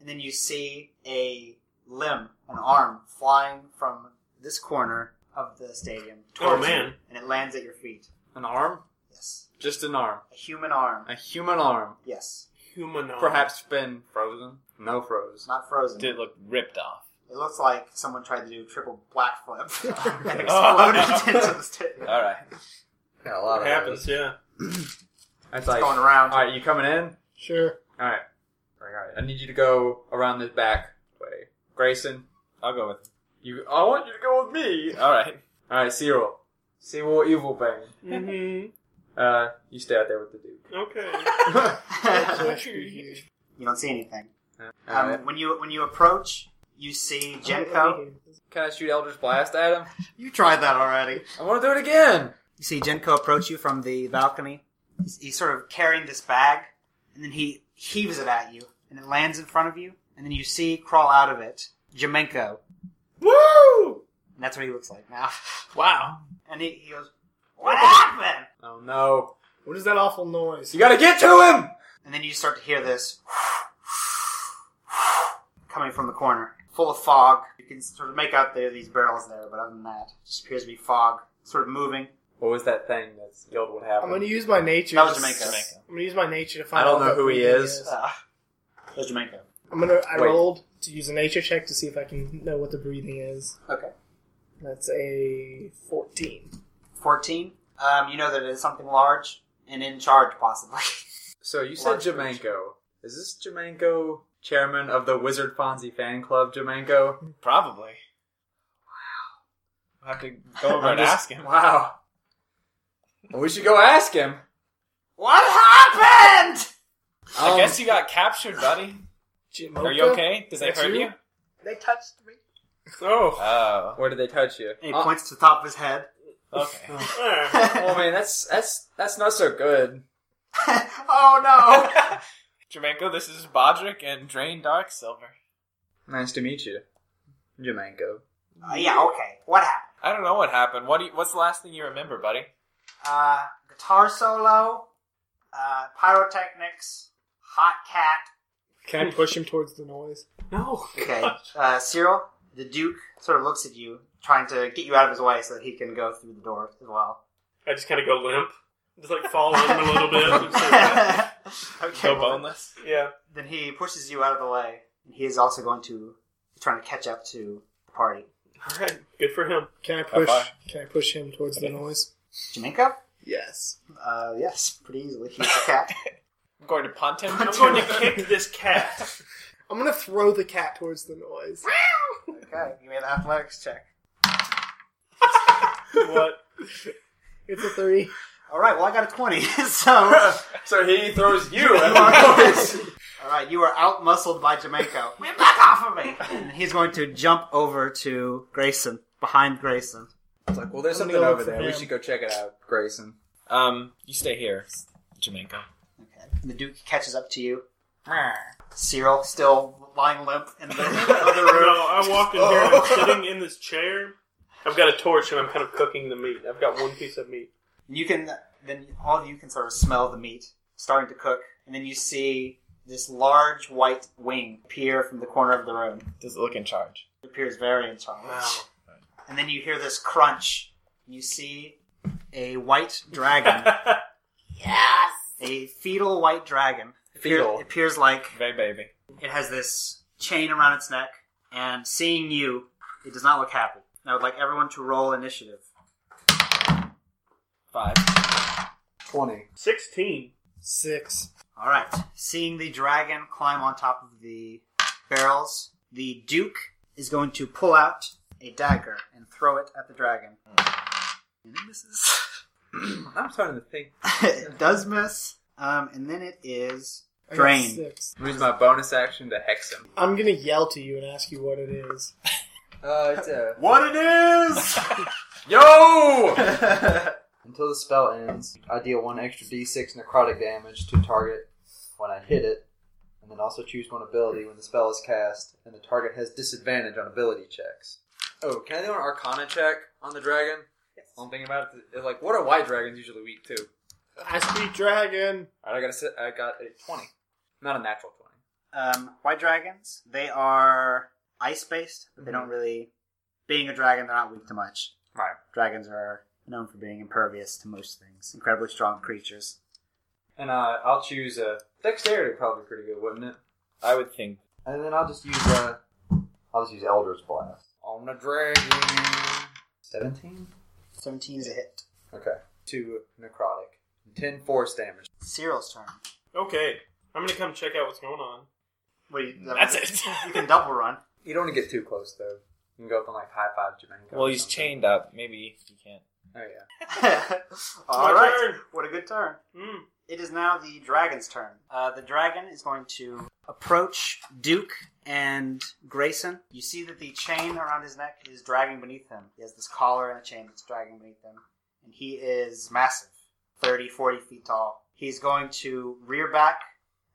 B: and then you see a limb, an arm, flying from this corner of the stadium towards
E: Oh, man.
B: you, and it lands at your feet.
D: An arm?
B: Yes,
D: Just an arm.
B: a human arm.
D: A human arm.
B: Yes,
E: Humanoid.
D: Perhaps been frozen. No froze.
B: it's not frozen.
I: Did it look ripped off?
B: It looks like someone tried to do a triple black flip and exploded into the stadium.
C: All right.
G: Got a lot of
E: It happens, yeah.
D: That's
B: It's
D: like.
B: going around.
D: Alright, you coming in?
F: Sure.
D: Alright. Alright, I need you to go around this back way. Grayson,
C: I'll go with.
D: you. I want you to go with me.
C: All right.
D: Alright, Cyril. Cyril Evil Bang.
E: Mm-hmm.
D: Uh, you stay out there with the dude.
E: Okay.
B: you don't see anything. Um,
D: Alright.
B: When you when you approach, you see Jenko.
D: Can I shoot Elder's Blast at him?
B: You tried that already.
D: I want to do it again.
B: You see Jenko approach you from the balcony. He's, he's sort of carrying this bag, and then he heaves it at you, and it lands in front of you, and then you see crawl out of it Jamenko,
E: Woo!
B: and that's what he looks like now.
I: Wow.
B: And he, he goes, "What happened?"
D: Oh no.
F: What is that awful noise?
D: You gotta get to him!
B: And then you start to hear this coming from the corner, full of fog. You can sort of make out there these barrels there, but other than that, it just appears to be fog, sort of moving.
D: What was that thing that's yelled what
F: I'm
D: happened?
F: going to use my nature.
B: That was
F: to-
B: Jamaica.
F: I'm going to use my nature to find.
D: I don't
F: out
D: know who he is.
B: Uh, that was Jamaica.
F: I'm going to. I
D: Wait.
F: rolled to use a nature check to see if I can know what the breathing is.
B: Okay.
F: That's a 14.
B: 14. Um, you know that it is something large and in charge, possibly.
D: So you said
B: Large
D: Jamanko. Is this Jamanko chairman of the Wizard Fonzie fan club, Jamanko?
I: Probably. Wow. I'll have to go over
D: I'm
I: and
D: just-
I: ask him.
D: Wow. we should go ask him.
B: what happened?
I: I
D: Um,
I: guess you got captured, buddy. Are you okay? Does that
F: That's
I: hurt
F: you?
I: you?
B: They touched me.
E: Oh.
I: Oh.
D: Where did they touch you?
B: And he
D: Oh,
B: points to the top of his head.
I: Okay.
E: Ah.
D: oh man, that's that's that's not so good.
B: oh no!
I: Jamanko, this is Bodrick and Drain Dark Silver.
D: Nice to meet you, Jamanko.
B: Uh, yeah, okay. What happened?
I: I don't know what happened. What do you, what's the last thing you remember, buddy?
B: Uh, guitar solo, uh, pyrotechnics, hot cat.
F: Can I push him towards the noise?
E: No.
B: Okay. Uh, Cyril, the Duke, sort of looks at you, trying to get you out of his way so that he can go through the door as well.
E: I just kind of go limp. Just like fall over a little bit.
B: okay.
I: Go
B: well,
I: boneless.
E: yeah.
B: then he pushes you out of the way, and he is also going to trying to catch up to the party.
E: All right. Good for him.
F: Can I push?
I: Bye-bye.
F: Can I push him towards the noise?
B: Jamaica?
F: Yes.
B: Uh, yes, pretty easily. He's a cat.
I: I'm going to punt him.
E: I'm going to kick this cat.
F: I'm gonna throw the cat towards the noise.
B: okay, give me an athletics check.
E: What?
F: It's a three.
B: All right, well I got a twenty, so
D: So he throws you. at the noise.
B: all right, you are out muscled by Jamaica. Get back off of me! And he's going to jump over to Grayson, behind Grayson.
C: It's like, well, there's
F: I'm
C: something
F: going
C: over
F: for
C: there. We
F: him.
C: should go check it out, Grayson.
I: Um, you stay here, Jamanko.
B: Okay, and the Duke catches up to you. Cyril still lying limp in the other
E: No,
B: room.
E: I walked in here and I'm sitting in this chair. I've got a torch and I'm kind of cooking the meat. I've got one piece of meat.
B: And you can then all of you can sort of smell the meat starting to cook, and then you see this large white wing appear from the corner of the room.
I: Does it look in charge?
B: It appears very in charge. And then you hear this crunch. And you see a white dragon, a fetal white dragon.
D: Fetal.
B: Appear- appears like
I: Very baby.
B: it has this chain around its neck, and seeing you, it does not look happy. And I would like everyone to roll initiative.
I: Five.
G: Twenty.
E: 16.
F: Six.
B: All right. Seeing the dragon climb on top of the barrels, the duke is going to pull out a dagger and throw it at the dragon. And it misses.
D: I'm starting to think.
B: it does miss. Um, and then it is
F: I got
B: drain.
F: Six.
C: Use my bonus action to hex him.
F: I'm gonna yell to you and ask you what it is.
G: Uh, it's a
B: What it is?
C: Yo!
G: Until the spell ends, I deal one extra d6 necrotic damage to target when I hit it, and then also choose one ability when the spell is cast, and the target has disadvantage on ability checks.
D: Oh, can I do an Arcana check on the dragon? One thing about it is like, what are white dragons usually weak to?
F: I speak dragon.
D: All right, I got a, si- I got a twenty, not a natural twenty.
B: um, white dragons. They are ice based, but they don't really. Being a dragon, they're not weak to much.
D: Right.
B: Dragons are known for being impervious to most things. Incredibly strong creatures.
D: And uh, I'll choose a dexterity, probably pretty good, wouldn't it?
C: I would think.
G: And then I'll just use uh, I'll just use Elder's Blast.
D: On the dragon.
G: Seventeen.
B: Seventeen is a hit.
G: Okay. Two necrotic, ten force damage.
B: Cyril's turn.
E: Okay. I'm going to come check out what's going on.
B: Wait,
I: That's it.
B: You can double run.
G: You don't want to get too close though. You can go up on like high five Jamaica.
C: Well,
G: or
C: he's
G: something.
C: chained up. Maybe he can't.
G: Oh yeah.
B: All
E: My
B: right.
E: turn.
B: What a good turn.
E: Mm.
B: It is now the dragon's turn. Uh, the dragon is going to approach Duke and Grayson. You see that the chain around his neck is dragging beneath him. He has this collar and a chain that's dragging beneath him. And he is massive 30, 40 feet tall. He's going to rear back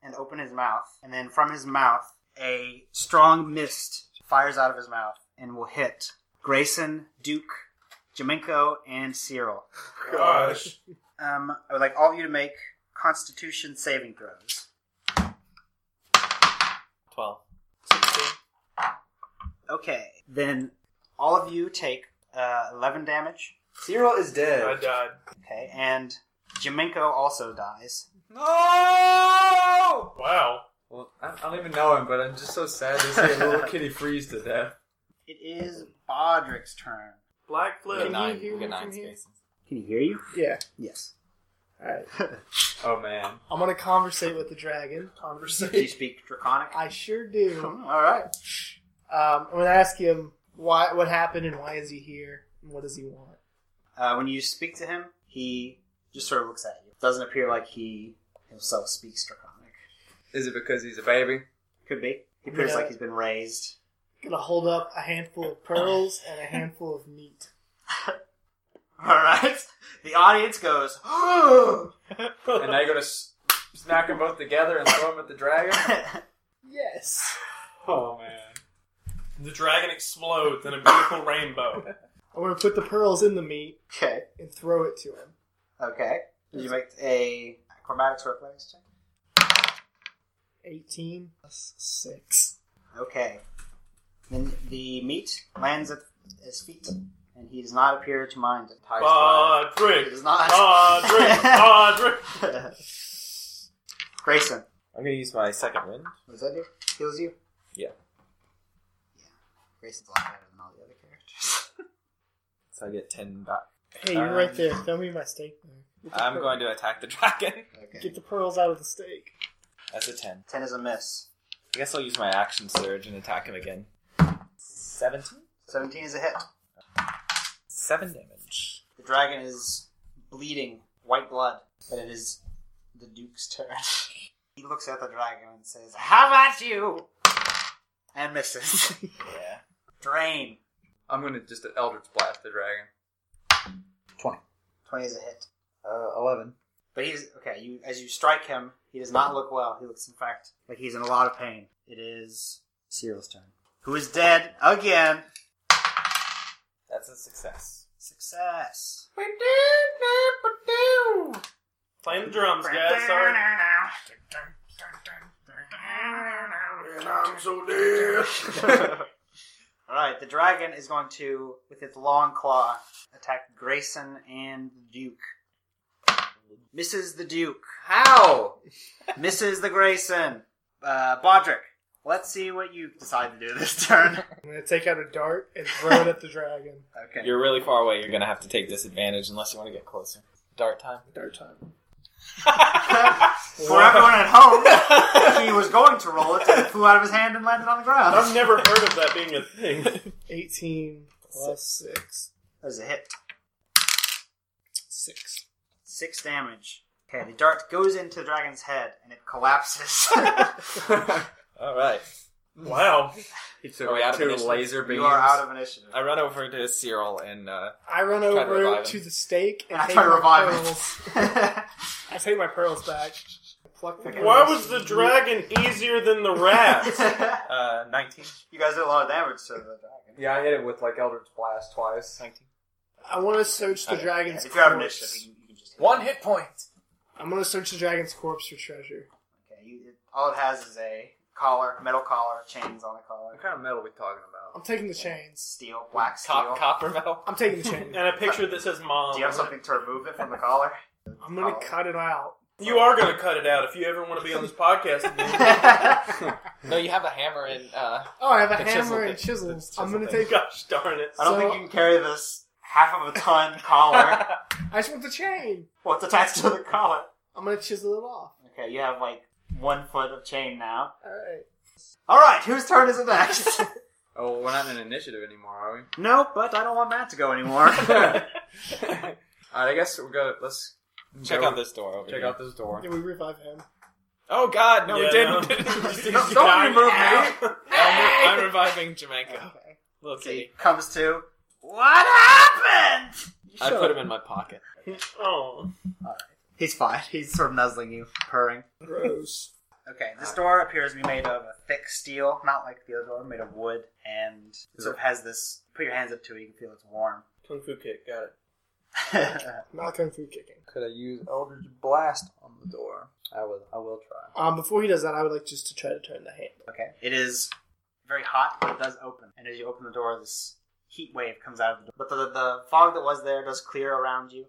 B: and open his mouth. And then from his mouth, a strong mist fires out of his mouth and will hit Grayson, Duke, Jaminko, and Cyril.
E: Gosh.
B: Um, I would like all of you to make Constitution saving throws.
C: 12.
B: Okay, then all of you take uh, 11 damage.
G: Zero is
E: I
G: dead.
E: died.
B: Okay, and Jaminko also dies.
D: No!
E: Wow.
D: Well, I, I don't even know him, but I'm just so sad to see a little kitty freeze to death.
B: It is Bodrick's turn.
E: Black
C: We get
E: flip.
F: Can
C: nine,
F: you hear
C: we get
F: me
C: nine
F: from here?
C: spaces.
B: Can he hear you?
F: Yeah.
B: Yes.
F: All right.
D: Oh man.
F: I'm gonna conversate with the dragon.
B: Do you
F: Conversate.
B: speak Draconic?
F: I sure do.
B: all right.
F: Um, I'm gonna ask him why, what happened, and why is he here, and what does he want.
B: Uh, when you speak to him, he just sort of looks at you. Doesn't appear like he himself speaks Draconic.
D: Is it because he's a baby?
B: Could be. He appears
F: Yeah.
B: like he's been raised.
F: gonna hold up a handful of pearls and a handful of meat.
B: All right. The audience goes,
D: And now you're gonna s- smack them both together and throw them at the dragon?
F: Yes.
D: Oh man.
E: The dragon explodes in a beautiful rainbow.
F: I'm gonna put the pearls in the meat
B: okay.
F: and throw it to him.
B: Okay. Did you make a acrobatics or athletics check?
F: 18 plus 6.
B: Okay. Then the meat lands at his feet, and he does not appear to mind it. He
E: Podrick.
B: does not.
E: Podrick. Podrick.
B: Grayson,
C: I'm going to use my second wind.
B: what does that do? Heals you?
C: Yeah.
B: Yeah. Grayson's a lot better than all the other characters.
C: So I get 10 back.
F: Hey, you're right there. Throw me my steak. man. Get the
C: I'm
F: pearl-
C: going to attack the dragon.
B: Okay.
F: Get the pearls out of the steak.
C: That's a 10.
B: Ten is a miss.
C: I guess I'll use my action surge and attack him again. 17?
B: Seventeen is a hit.
C: 7 damage.
B: The dragon is bleeding white blood, but it is the Duke's turn. he looks at the dragon and says, How about you? And misses.
C: Yeah.
B: Drain.
D: I'm gonna just Eldritch Blast the dragon.
G: Twenty.
B: 20 is a hit.
G: Uh, eleven.
B: But he's okay. You as you strike him, he does not look well. He looks, in fact, like he's in a lot of pain. It is Cyril's turn, who is dead again.
C: That's a success.
B: Success.
E: Playing the drums, guys. Sorry.
B: All right, the dragon is going to, with its long claw, attack Grayson and the Duke. Mrs. the Duke. How? Mrs. the Grayson. Uh, Bodrick, let's see what you decide to do this turn.
F: I'm gonna take out a dart and throw it at the dragon.
B: Okay.
C: You're really far away. You're going to have to take disadvantage unless you want to get closer. Dart time.
F: Dart time.
B: For everyone at home, he was going to roll it, and it flew out of his hand and landed on the
E: I've
B: ground.
E: never heard of that being a thing.
F: 18 plus 6.
B: That was a hit.
F: 6.
B: Six damage. Okay, the dart goes into the dragon's head and it collapses.
H: All right.
E: Wow.
H: Are we out of initiative?
B: you are out of initiative.
H: I run over to Cyril and uh,
F: I run
H: to
F: over
H: revive him.
F: to, the stake and
B: And I
F: take
B: try to
F: my
B: revive
F: pearls.
B: it.
F: I take my pearls back. I pluck the
E: Why was
F: pearls.
E: the dragon easier than the rat?
H: uh, 19.
B: you guys did a lot of damage to the dragon.
D: Yeah, I hit it with like Eldritch Blast twice.
F: I want to search the dragon's
B: If you're out of initiative,
F: corpse.
B: you can, you can just hit
H: One
B: it.
H: hit point.
F: I'm going to search the dragon's corpse for treasure.
B: Okay, you, it, all it has is a collar, metal collar, chains on the collar,
D: What kind of metal are we talking about?
F: I'm taking the chains.
B: steel, black steel.
H: Cop, copper metal.
F: I'm taking the chains.
E: And a picture that says mom.
B: Do you have something to remove it from the collar?
F: I'm going
B: Oh.
F: to cut it out.
E: You are going to cut it out if you ever want to be on this podcast again.
I: No, you have a hammer and uh,
F: Oh, I have a
I: The chisel
F: hammer and
I: thing.
F: chisel.
I: The chisel
F: I'm going to
I: thing.
F: take.
E: Gosh darn it.
B: I don't
F: So-
B: think you can carry this half of a ton collar.
F: I just want the chain.
B: What's attached to the collar?
F: I'm going to chisel it off.
B: Okay, you have like one foot of chain now.
F: All right.
B: All right, whose turn is it next?
H: Oh, we're not in initiative anymore, are we?
B: no, but I don't want Matt to go anymore.
H: All right, I guess we're gonna let's
I: check
H: go-
I: out this door. Over
H: check
I: here.
H: out this door.
F: Did we revive him?
I: Oh God, no,
E: Yeah,
I: we didn't.
E: no. Don't remove me.
I: I'm, I'm reviving Jamaica.
F: Okay.
I: Little
B: he
I: kitty.
B: comes to. What happened?
I: I put him in my pocket.
E: Oh.
B: He's fine. He's sort of nuzzling you, purring.
F: Gross.
B: Okay, this door appears to be made of a thick steel, not like the other door, made of wood, and it sort of has this. Put your hands up to it, you can feel it's warm.
E: Kung Fu kick, got it.
F: Not kung fu kicking.
G: Could I use Eldritch Blast on the door? I will. I will try.
F: Um, before he does that, I would like just to try to turn the handle.
B: okay, it is very hot, but it does open, and as you open the door, this heat wave comes out of the door. But the, the fog that was there does clear around you,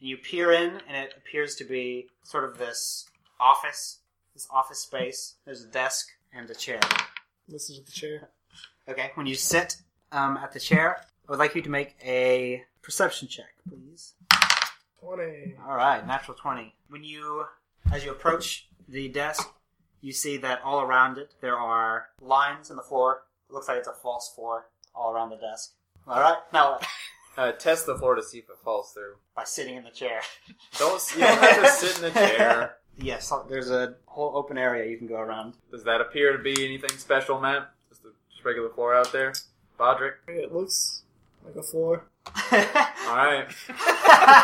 B: and you peer in, and it appears to be sort of this office, this office space. There's a desk and a chair.
F: Listen to the chair.
B: Okay, when you sit um, at the chair, I would like you to make a perception check, please.
F: 20.
B: All right, natural 20. When you, as you approach the desk, you see that all around it there are lines in the floor. It looks like it's a false floor all around the desk. All right, now
H: Uh, test the floor to see if it falls through.
B: by sitting in the chair.
H: Don't you don't have to sit in the chair.
B: Yes, there's a whole open area you can go around.
H: Does that appear to be anything special, Matt? Just a just regular floor out there, Bodrick.
F: It looks like a floor.
H: All right,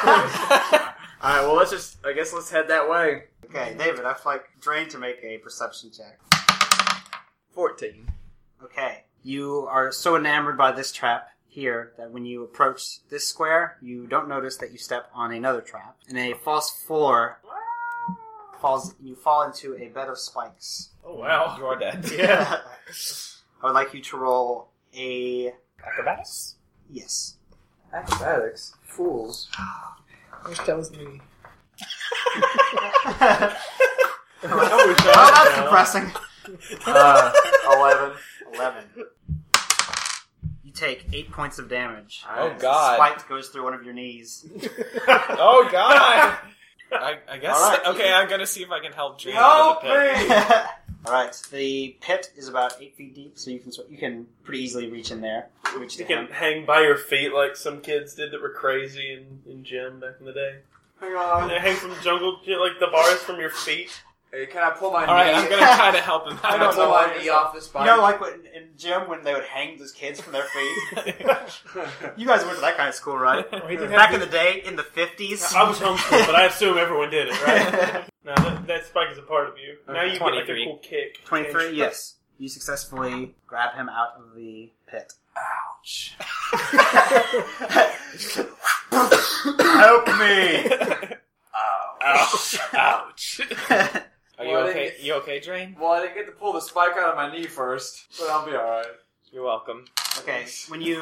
H: all right. Well, let's just. I guess let's head that way.
B: okay, David, I've like drained to make a perception check.
H: Fourteen.
B: Okay. You are so enamored by this trap here that when you approach this square, you don't notice that you step on another trap, and a false floor falls. You fall into a bed of spikes.
E: Oh, wow.
I: You're dead.
B: Yeah. I would like you to roll a
I: Acrobatics.
B: yes.
G: Acrobatics, fools.
F: Which tells me.
B: well, Oh, that's depressing.
H: Uh,
B: Eleven. Eleven. You take eight points of damage.
H: Oh,
I: God.
B: Spike goes through one of your knees.
I: Oh God. I, I guess.
B: All right.
I: Okay, I'm gonna see if I can help Dream out of the pit.
B: All right, the pit is about eight feet deep, so you can sort- you can pretty easily reach in there. Reach
E: You
B: down.
E: can hang by your feet like some kids did that were crazy in, in gym back in the day. And they hang from jungle, like the bars from your feet.
H: hey, can I pull my
I: All right, I'm
H: knee?
I: gonna try to help him
H: Can I
I: out.
H: pull my knee off the
B: You
H: spine?
B: know, like when, in gym when they would hang those kids from their feet. you guys went to that kind of school, right? Back in the day, in the fifties.
E: I was homeschooled, but I assume everyone did it, right? now that, that spike is a part of you. Now you get like a
I: 23.
E: cool kick.
B: Twenty-three. Yes, you successfully grab him out of the pit. Ouch! Help me! Ouch!
I: Ouch. Are you
H: What
I: okay?
H: is-
I: You okay, Drain?
H: Well, I didn't get to pull the spike out of my knee first, but I'll be all right.
I: You're welcome.
B: Okay, when you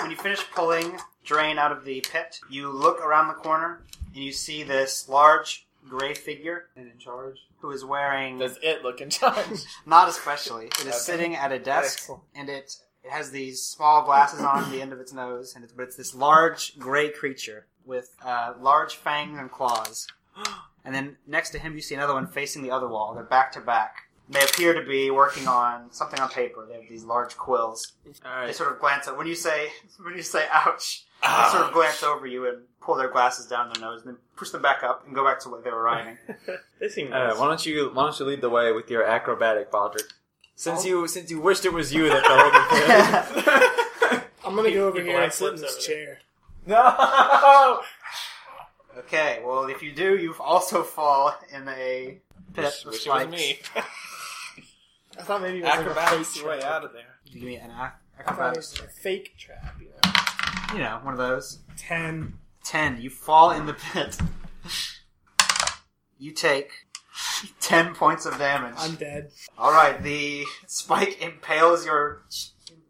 B: when you finish pulling drain out of the pit, you look around the corner and you see this large gray figure
G: And in charge.
B: who is wearing
I: Does it look in charge?
B: not especially. It is sitting at a desk and it it has these small glasses on the end of its nose, and it's, but it's this large gray creature with uh, large fangs and claws. and then next to him you see another one facing the other wall. They're back to back. And They appear to be working on something on paper. They have these large quills.
D: All right.
B: They sort of glance at when you say when you say "ouch," they sort of glance over you and pull their glasses down their nose, and then push them back up and go back to what they were writing.
E: They seem
D: Uh,
E: nice.
D: why don't you why don't you lead the way with your acrobatic, Baldric? Since you since you wished it was you that fell over. the cliff.
F: I'm gonna go over
E: People
F: here
E: like
F: and sit in
E: flips
F: this
E: over
F: chair.
D: no.
B: okay, well if you do, you also fall in a pit
I: Wish,
B: of
I: wish it was
B: spikes.
I: me.
F: I thought maybe it was like a
H: Acrobatics
F: fake
H: your way
F: trap.
H: out of there.
B: You give me an ac-
F: I thought it
B: acrobatics.
F: was a fake trap. You know,
B: You know, one of those.
F: ten.
B: Ten. You fall in the pit. You take ten points of damage.
F: I'm dead.
B: All right, the spike impales your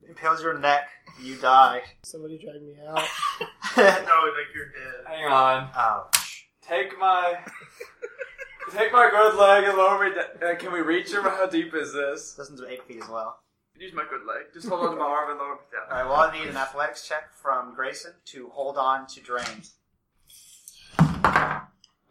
B: impales your neck. You die.
F: Somebody drag me out.
B: oh.
E: No, like you're dead.
D: Hang on. Take my take my good leg and lower me. da- Uh, can we reach him? How deep is this?
B: Doesn't do eight feet as well.
H: Use my good leg. Just hold on to my arm and lower it down.
B: All right. Well, I need an athletics check from Grayson to hold on to drain.
C: All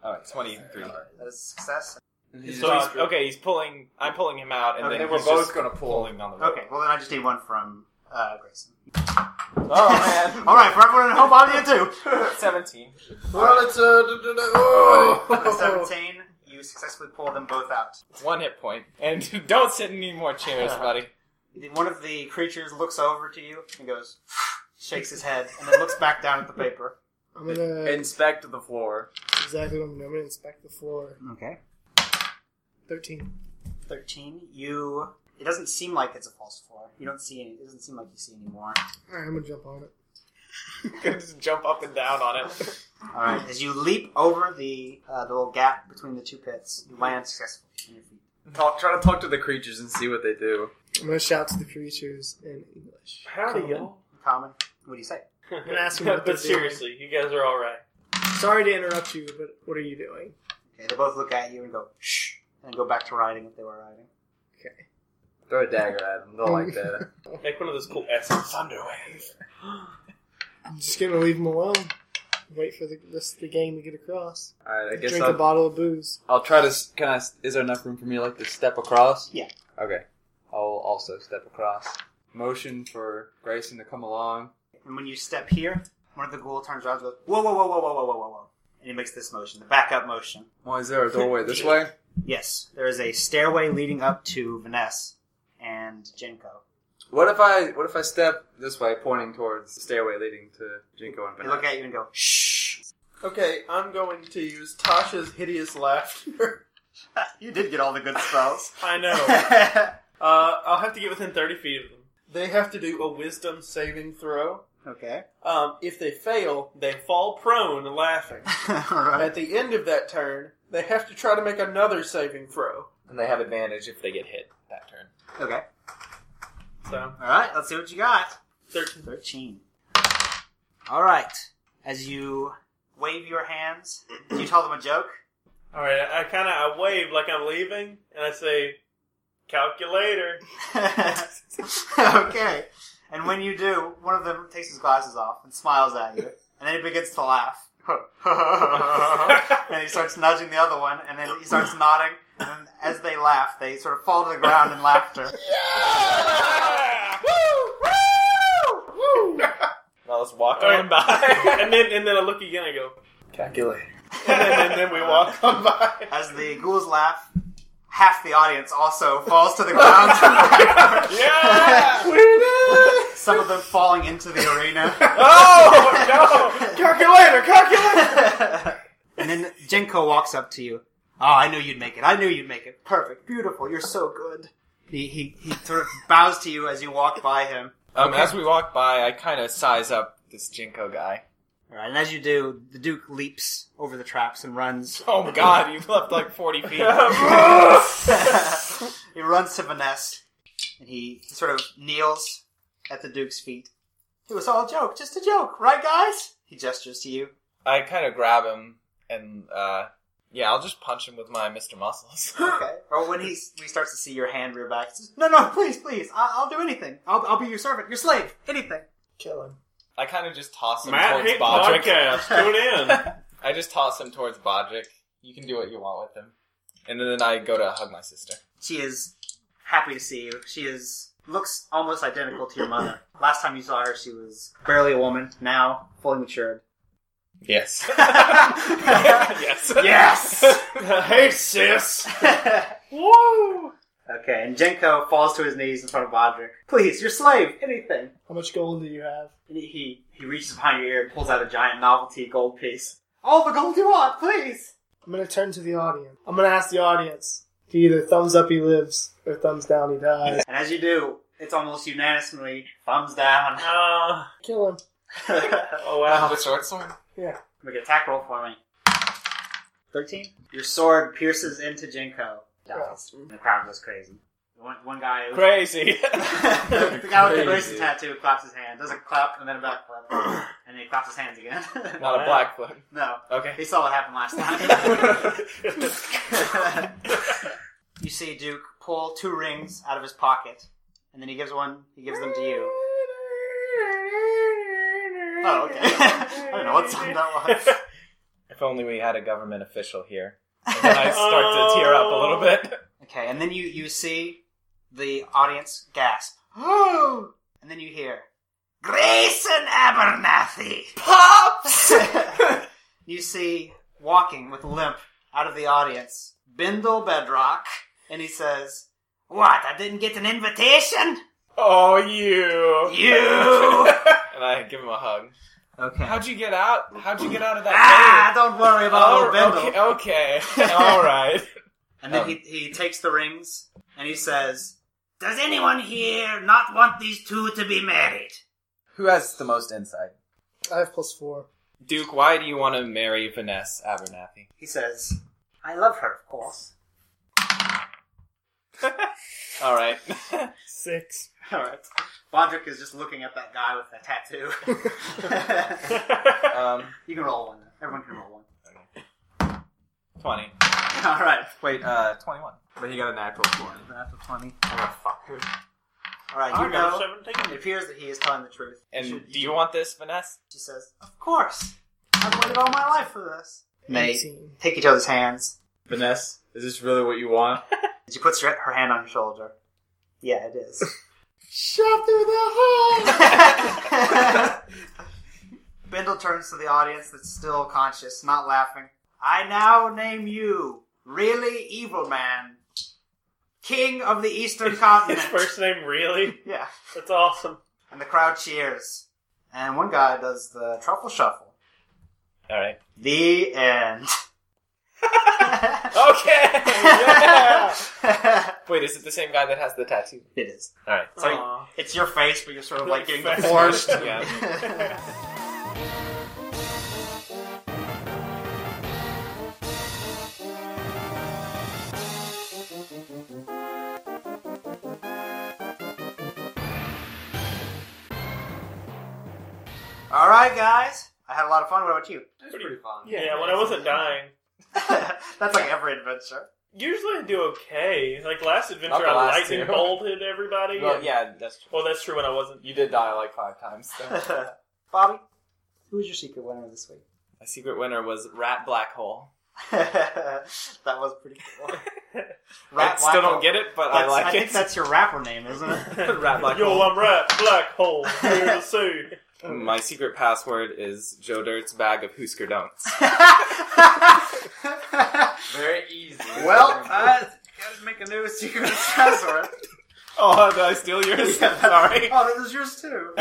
C: right, twenty-three.
B: That is a success.
I: So he's, okay, he's pulling. I'm pulling him out, and
B: Okay,
I: then
B: we're
I: he's
C: both
I: just
C: gonna pull.
I: pulling on the rope.
B: Okay. Well, then I just need one from uh, Grayson.
D: Oh man.
B: All right, for everyone at home, on you too.
I: Seventeen.
G: Well, it's uh, d- d- d- oh.
B: With a Seventeen. You successfully pull them both out.
I: One hit point, and don't sit in any more chairs, buddy.
B: One of the creatures looks over to you and goes, shakes his head, and then looks back down at the paper.
F: I'm gonna
D: Inspect the floor.
F: exactly what I'm doing. I'm gonna inspect the floor.
B: Okay.
F: Thirteen.
B: 13. You. It doesn't seem like it's a false floor. You don't see any. It doesn't seem like you see any more.
F: All right, I'm gonna jump on it.
I: just jump up and down on it.
B: Alright, as you leap over the, uh, the little gap between the two pits, you land successfully on your feet.
D: Talk, try to talk to the creatures and see what they do.
F: I'm gonna shout to the creatures in English.
E: Howdy, y'all.
B: Common. What do you say?
E: I'm
F: gonna ask him what they're
E: but seriously, you guys are all right.
F: Sorry to interrupt you, but what are you doing?
B: Okay, they both look at you and go, shh, and go back to writing what they were writing.
G: Throw a dagger at them. They'll like that.
E: Make one of those cool S's.
F: I'm just gonna leave them alone. Wait for the rest of the game to get across.
D: All right. I guess
F: Drink a
D: I'll,
F: bottle of booze.
G: I'll try to. s- Can I? s- Is there enough room for me, like, to step across?
B: Yeah.
G: Okay. I'll also step across. Motion for Grayson to come along.
B: And when you step here, one of the ghoul turns around and goes, whoa, whoa, whoa, whoa, whoa, whoa, whoa, whoa, whoa. And he makes this motion, the back up motion.
G: Why is there a doorway this way?
B: Yes, there is a stairway leading up to Vanessa and Jinko.
G: What if I? What if I step this way, pointing towards the stairway leading to Jinko and
B: They look
G: Vanessa?
B: at you and go, shh.
H: Okay, I'm going to use Tasha's hideous laughter.
B: you did get all the good spells.
E: I know.
B: okay.
H: Uh, I'll have
E: to get within 30 feet of them.
H: They have to do a wisdom saving throw. Um, if they fail, they fall prone laughing.
B: all right.
H: At the end of that turn, they have to try to make another saving throw.
I: And they have advantage if they get hit that turn.
B: Okay.
E: So,
B: All right. Let's see what you got.
E: 13.
B: 13. All right. As you wave your hands, do you tell them a joke?
E: All right, I, I kind of I wave like I'm leaving, and I say, "Calculator."
B: okay. And when you do, one of them takes his glasses off and smiles at you, and then he begins to laugh. and he starts nudging the other one, and then he starts nodding. And as they laugh, they sort of fall to the ground in laughter.
I: Now let's walk
E: All
I: on
E: right,
I: by.
E: bye. and then and then I look again and go,
G: Calculator.
E: and then, and then we walk on by.
B: As the ghouls laugh, half the audience also falls to the ground. in laughter.
E: Yeah!
B: Some of them falling into the arena.
E: Oh no!
H: Calculator, calculator.
B: and then Jenko walks up to you. Oh, I knew you'd make it. I knew you'd make it. Perfect. Beautiful. You're so good. He, he, he sort of bows to you as you walk by him.
I: Um, as we walk by, I kind of size up this Jinko guy.
B: All right, and as you do, the Duke leaps over the traps and runs.
I: Oh God, you've left like forty feet.
B: he runs to Vanessa, and he, he sort of kneels at the Duke's feet. It was all a joke, just a joke, right, guys? He gestures to you.
I: I kind of grab him and uh, yeah, I'll just punch him with my Mister Muscles.
B: Okay. Or when he he starts to see your hand rear back, he says, "No, no, please, please, I, I'll do anything. I'll, I'll be your servant, your slave, anything."
F: Kill him.
I: I kind of just toss him
E: Matt
I: towards
E: Hate
I: Bodrick.
E: podcast. Tune in.
I: I just toss him towards Bodrick,
C: You can do what you want with him. And then I go to hug my sister.
B: She is happy to see you. She is looks almost identical to your mother. Last time you saw her, she was barely a woman. Now, fully matured.
C: Yes.
I: yes.
B: yes.
I: hey, sis.
B: Woo. Okay, and Jenko falls to his knees in front of Bodrick. Please, your slave, anything.
F: How much gold do you have?
B: And he he reaches behind your ear and pulls out a giant novelty gold piece. All the gold you want, please.
F: I'm gonna turn to the audience. I'm gonna ask the audience to either thumbs up he lives or thumbs down he dies.
B: And as you do, it's almost unanimously thumbs down.
E: Uh,
F: Kill him.
E: oh wow.
C: the short sword.
B: Make an attack roll for me. 13? Your sword pierces into Jinko. Dies. And the crowd goes crazy. One, one guy.
I: Crazy.
B: the, guy with the Grayson tattoo claps his hand, does a clap, and then a backflip. and then he claps his hands again.
C: Not a black foot.
B: no.
C: Okay.
B: He saw what happened last time. you see Duke pull two rings out of his pocket, and then he gives one. He gives them to you. Oh, okay. I don't know what song that was.
C: If only we had a government official here. And then I start to tear up a little bit.
B: Okay, and then you you see the audience gasp, "Oh!" and then you hear Grayson Abernathy pops. you see walking with limp out of the audience, Bindle Bedrock, and he says, "What? I didn't get an invitation?
I: Oh, you.
B: You?"
C: And I give him a hug.
B: okay.
I: How'd you get out? How'd you get out of
B: Ah,
I: that?
B: don't worry about
I: Oh,
B: old Bindle.
I: okay. Okay. All right.
B: And then
C: Um.
B: he, he takes the rings and he says, "Does anyone here not want these two to be married?"
C: Who has the most insight?
F: I have plus four.
C: Duke, why do you want to marry Vanessa Abernathy?
B: He says, I love her, of course.
C: All right.
F: Six.
B: Alright. Bodrick is just looking at that guy with the tattoo.
C: Um,
B: you can roll one. Everyone can roll one.
C: 20.
B: Alright.
C: Wait, uh, 21.
D: But he got a natural one.
B: That's a 20.
D: Fucker.
B: Alright,
E: I
B: you
E: got
B: know. It
E: seventeen.
B: appears that he is telling the truth.
C: And do you want this, Vanessa?
B: She says, Of course. I've waited all my life for this. And they
F: Eighteen.
B: take each other's hands.
D: Vanessa, is this really what you want?
B: She puts her, her hand on her shoulder. Yeah, it is.
F: Shot through the hole.
B: Bindle turns to the audience that's still conscious, not laughing. I now name you, really evil man, king of the eastern
E: His
B: continent.
E: first name really?
B: Yeah.
E: That's awesome.
B: And the crowd cheers. And one guy does the truffle shuffle.
C: All right.
B: The end.
C: Okay. Oh, yeah.
B: it
C: Wait, is it the same guy that has the tattoo?
B: is.
C: All right.
B: So
E: Aw.
B: it's your face, but you're sort of like getting
E: Face.
B: divorced.
C: Yeah.
B: All right, guys. I had a lot of fun. What about you?
E: pretty
D: fun.
E: Yeah, when I wasn't dying.
B: That's like every adventure.
E: Usually I do okay. Like last adventure,
C: Not the last
E: I lightning
C: two.
E: bolted everybody.
C: Well,
E: and-
C: yeah, that's true.
E: Well, that's true when I wasn't.
C: You did die like five times. So.
B: Bobby, who's your secret winner this week?
C: My secret winner was Rat Black Hole.
B: that was pretty cool.
C: I still don't get it, but I
B: That's-
C: like
B: I think
C: it.
B: that's your rapper name, isn't it?
C: Rat Black
E: Yo,
C: Hole.
E: I'm right. Black hole. Here to see.
C: My secret password is Joe Dirt's bag of Hoosker Don'ts.
D: Very easy.
B: well, uh, gotta make a new secret password.
C: oh, did I steal yours? Sorry.
B: Oh, that was yours too.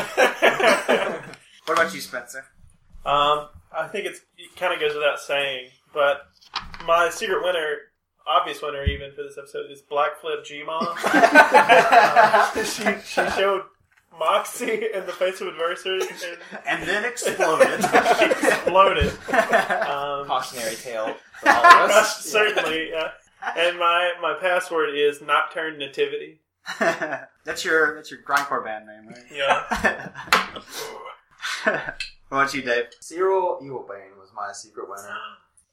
B: what about you, Spencer?
E: Um, I think it's it kind of goes without saying, but my secret winner, obvious winner even for this episode, is Black Flip G Mom. she, she showed moxie in the face of adversity and
B: and then exploded.
E: she exploded. Um,
C: Cautionary tale for all of us.
E: certainly. Uh, and my, my password is Nocturne Nativity.
B: that's your that's your grindcore band name, right?
E: Yeah.
B: what about you, Dave?
G: Cyril Evilbane was my secret winner.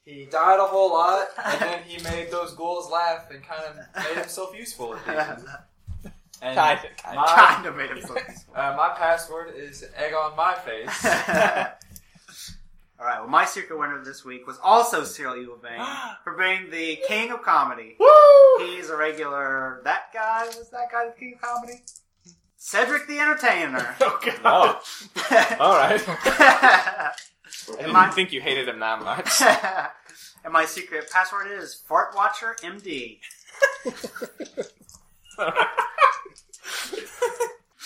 G: He died a whole lot, and then he made those ghouls laugh and kind of made himself useful at the end. And
C: Kind
G: my,
B: of made him look
G: uh, my password is egg on my face.
B: All All right. Well, my secret winner this week was also Cyril Eubank for being the king of comedy.
F: Woo!
B: He's a regular. That guy was that guy the king of comedy. Cedric the Entertainer.
I: Oh, all right. I
B: and, my,
I: didn't think you hated him that much.
B: and my secret password is Fart Watcher MD.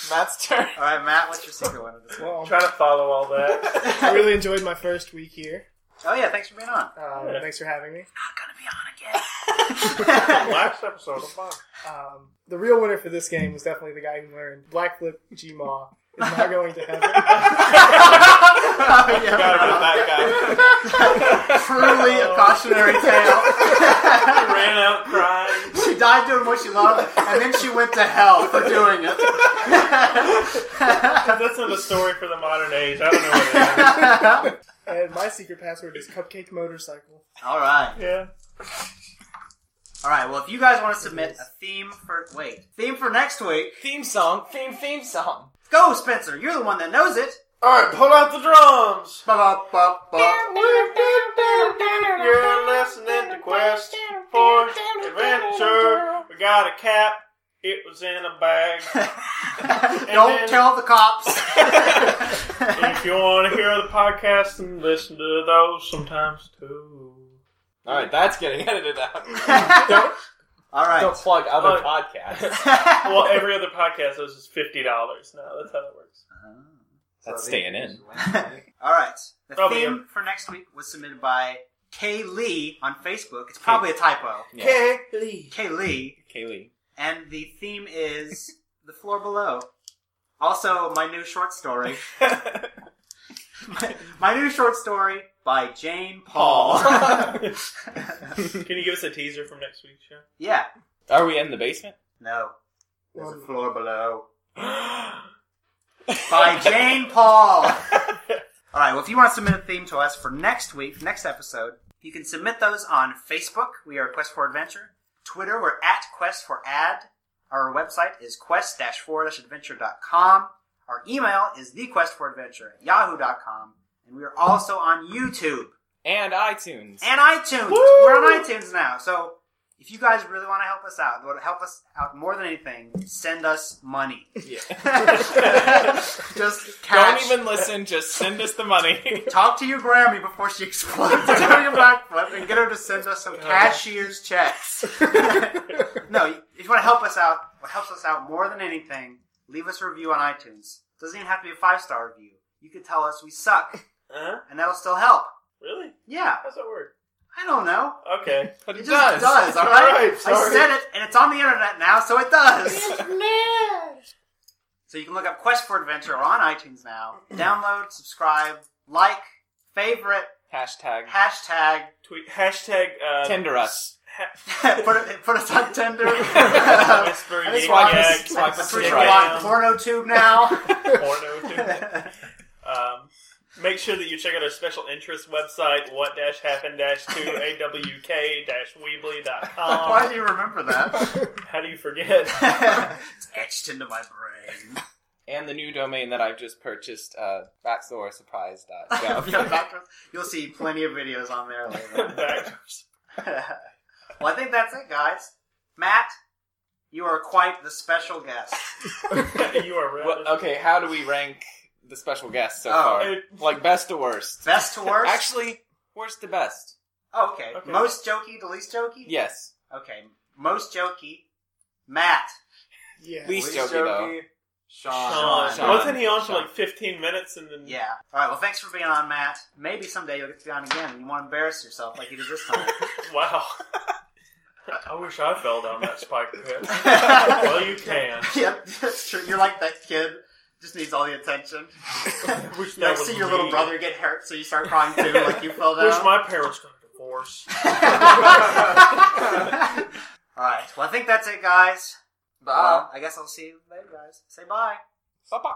I: Matt's turn.
B: All right, Matt, what's your secret winner this week?
F: Well,
E: Trying to follow all that.
F: I really enjoyed my first week here.
B: Oh yeah, thanks for being on.
F: Um,
E: Yeah.
F: Thanks for having me.
E: Last episode of mine.
F: Um, the real winner for this game was definitely the guy who learned Black Flip G Maw is not going to heaven.
B: Oh, yeah. Truly a cautionary tale.
E: Ran out crying.
B: she died doing what she loved, and then she went to hell for doing it.
E: That's not a story for the modern age. I don't know what it is.
F: and my secret password is Cupcake Motorcycle.
B: All right,
E: Yeah.
B: all right. Well, if you guys want to submit a theme for wait theme for next week,
I: Theme song. Theme theme song.
B: go Spencer. You're the one that knows it.
E: All right, pull out the drums.
B: Ba-ba-ba-ba.
E: You're listening to Quest for Adventure. We got a cat. It was in a bag.
B: Don't tell the cops.
E: if you want to hear the podcast, then listen to those sometimes too.
I: All right, that's getting edited out.
B: All right.
I: Don't plug other
E: Oh.
I: podcasts.
E: Well, every other podcast is just fifty dollars now. That's how that works.
I: That's staying in.
B: All right. The
E: Probably
B: theme for next week was submitted by Kay Lee on Facebook. It's probably a typo.
I: Yeah.
B: Kay Lee,
I: Kaylee.
B: and the theme is the floor below. Also, my new short story. my, my new short story by Jane Paul.
E: Can you give us a teaser from next week's show?
B: yeah.
I: Are we in the basement?
B: No. There's a floor below.
E: All
B: by Jane Paul. All right. Well, if you want to submit a theme to us for next week, next episode, you can submit those on Facebook. We are Quest for Adventure. Twitter, we're at Quest for Ad. Our website is quest-for-adventure.com. Our email is thequestforadventure at yahoo.com. And we are also on YouTube
I: And iTunes.
B: and iTunes. We're on iTunes now. So if you guys really want to help us out, want to help us out more than anything, send us money. Just
I: Don't
B: cash.
I: even listen. Just send us the money.
B: Talk to your Grammy before she explodes during a backflip and get her to send us some cashier's checks. no, if you want to help us out, what helps us out more than anything, leave us a review on iTunes. Doesn't even have to be a five star review. You could tell us we suck,
E: Huh?
B: and that'll still help.
E: Really?
B: Yeah,
E: How's that work?
B: I don't know.
E: Okay.
I: But
B: It just does, all right? I
E: sorry.
B: said it, and it's on the internet now, so it does. so you can look up Quest for Adventure on iTunes now. Download, subscribe, like, favorite,
I: Hashtag
B: hashtag,
E: Tweet hashtag uh,
I: tender us.
B: put, it, put us on Tinder.
E: Whisper
B: That's
E: Yin
B: why
E: Yang,
I: this- Swipe us
B: Switch
I: to
E: Yin
I: the right.
B: on
E: Yang,
B: porno tube now.
E: porno, too. Um, make sure that you check out our special interest website, what dash happened dash to awk dash
B: Why
E: weebly.com.
B: do you remember that?
E: How do you forget?
B: it's etched into my brain.
I: And the new domain that I've just purchased, uh, backstorysurprise.gov.
B: Yeah, backwards. You'll see plenty of videos on there later.
E: Back-
B: well, I think that's it, guys. Matt, you are quite the special guest.
E: you are right.
I: Well, okay, how do we rank the special guests so
B: Oh.
I: far?
E: It-
I: Like best to worst.
B: Best to worst?
I: Actually, worst to best.
B: oh, okay.
E: Okay.
B: Most jokey to least jokey?
I: Yes.
B: Okay. Most jokey, Matt.
F: Yeah.
I: Least jokey, though.
G: Sean.
E: Sean.
I: Sean.
E: Wasn't he on for
I: Sean.
E: like 15 minutes and then.
B: Yeah. All right. Well, thanks for being on, Matt. Maybe someday you'll get to be on again, and you want to embarrass yourself like you did this time.
E: Wow. I wish I fell down that spike pit.
B: yep,
E: well, you can.
B: that's true. You're like that kid. Just needs all the attention.
E: Wish that
B: like
E: was
B: see your little
E: me.
B: brother get hurt, so you start crying too, like you fell
E: Wish
B: down.
E: my parents got a divorce.
B: all right. Well, I think that's it, guys.
G: Bye.
B: Well, I guess I'll see you later, guys. Say bye.
F: Bye.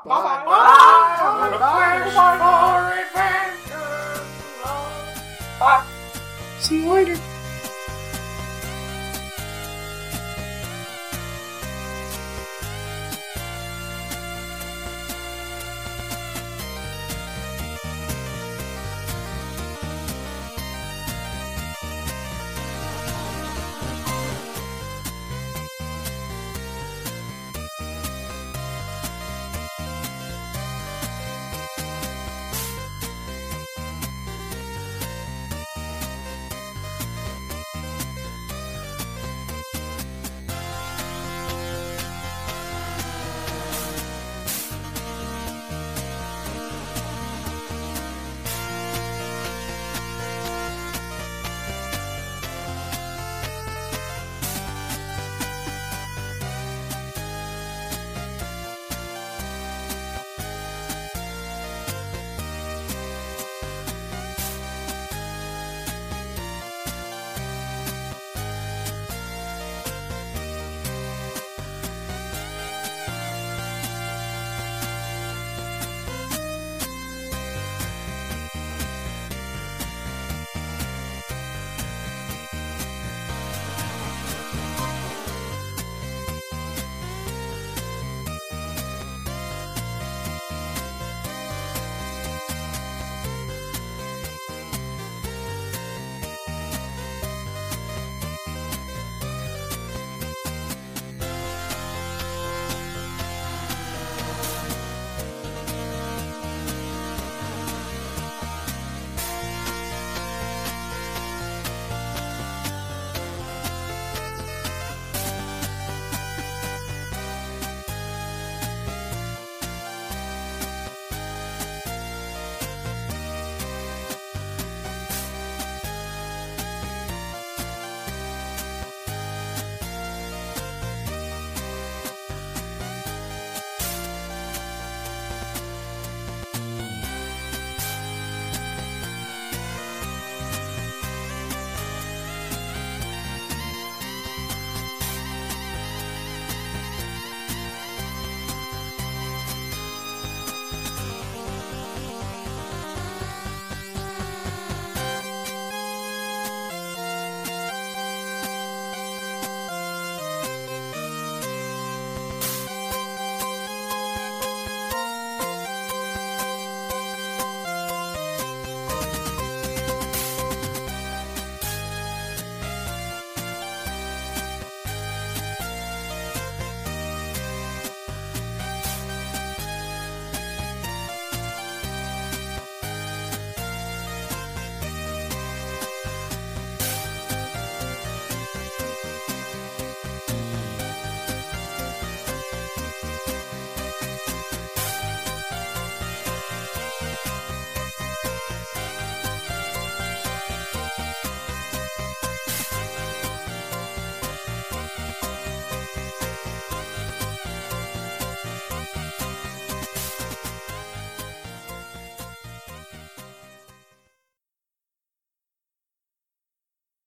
B: Bye.
F: See you later.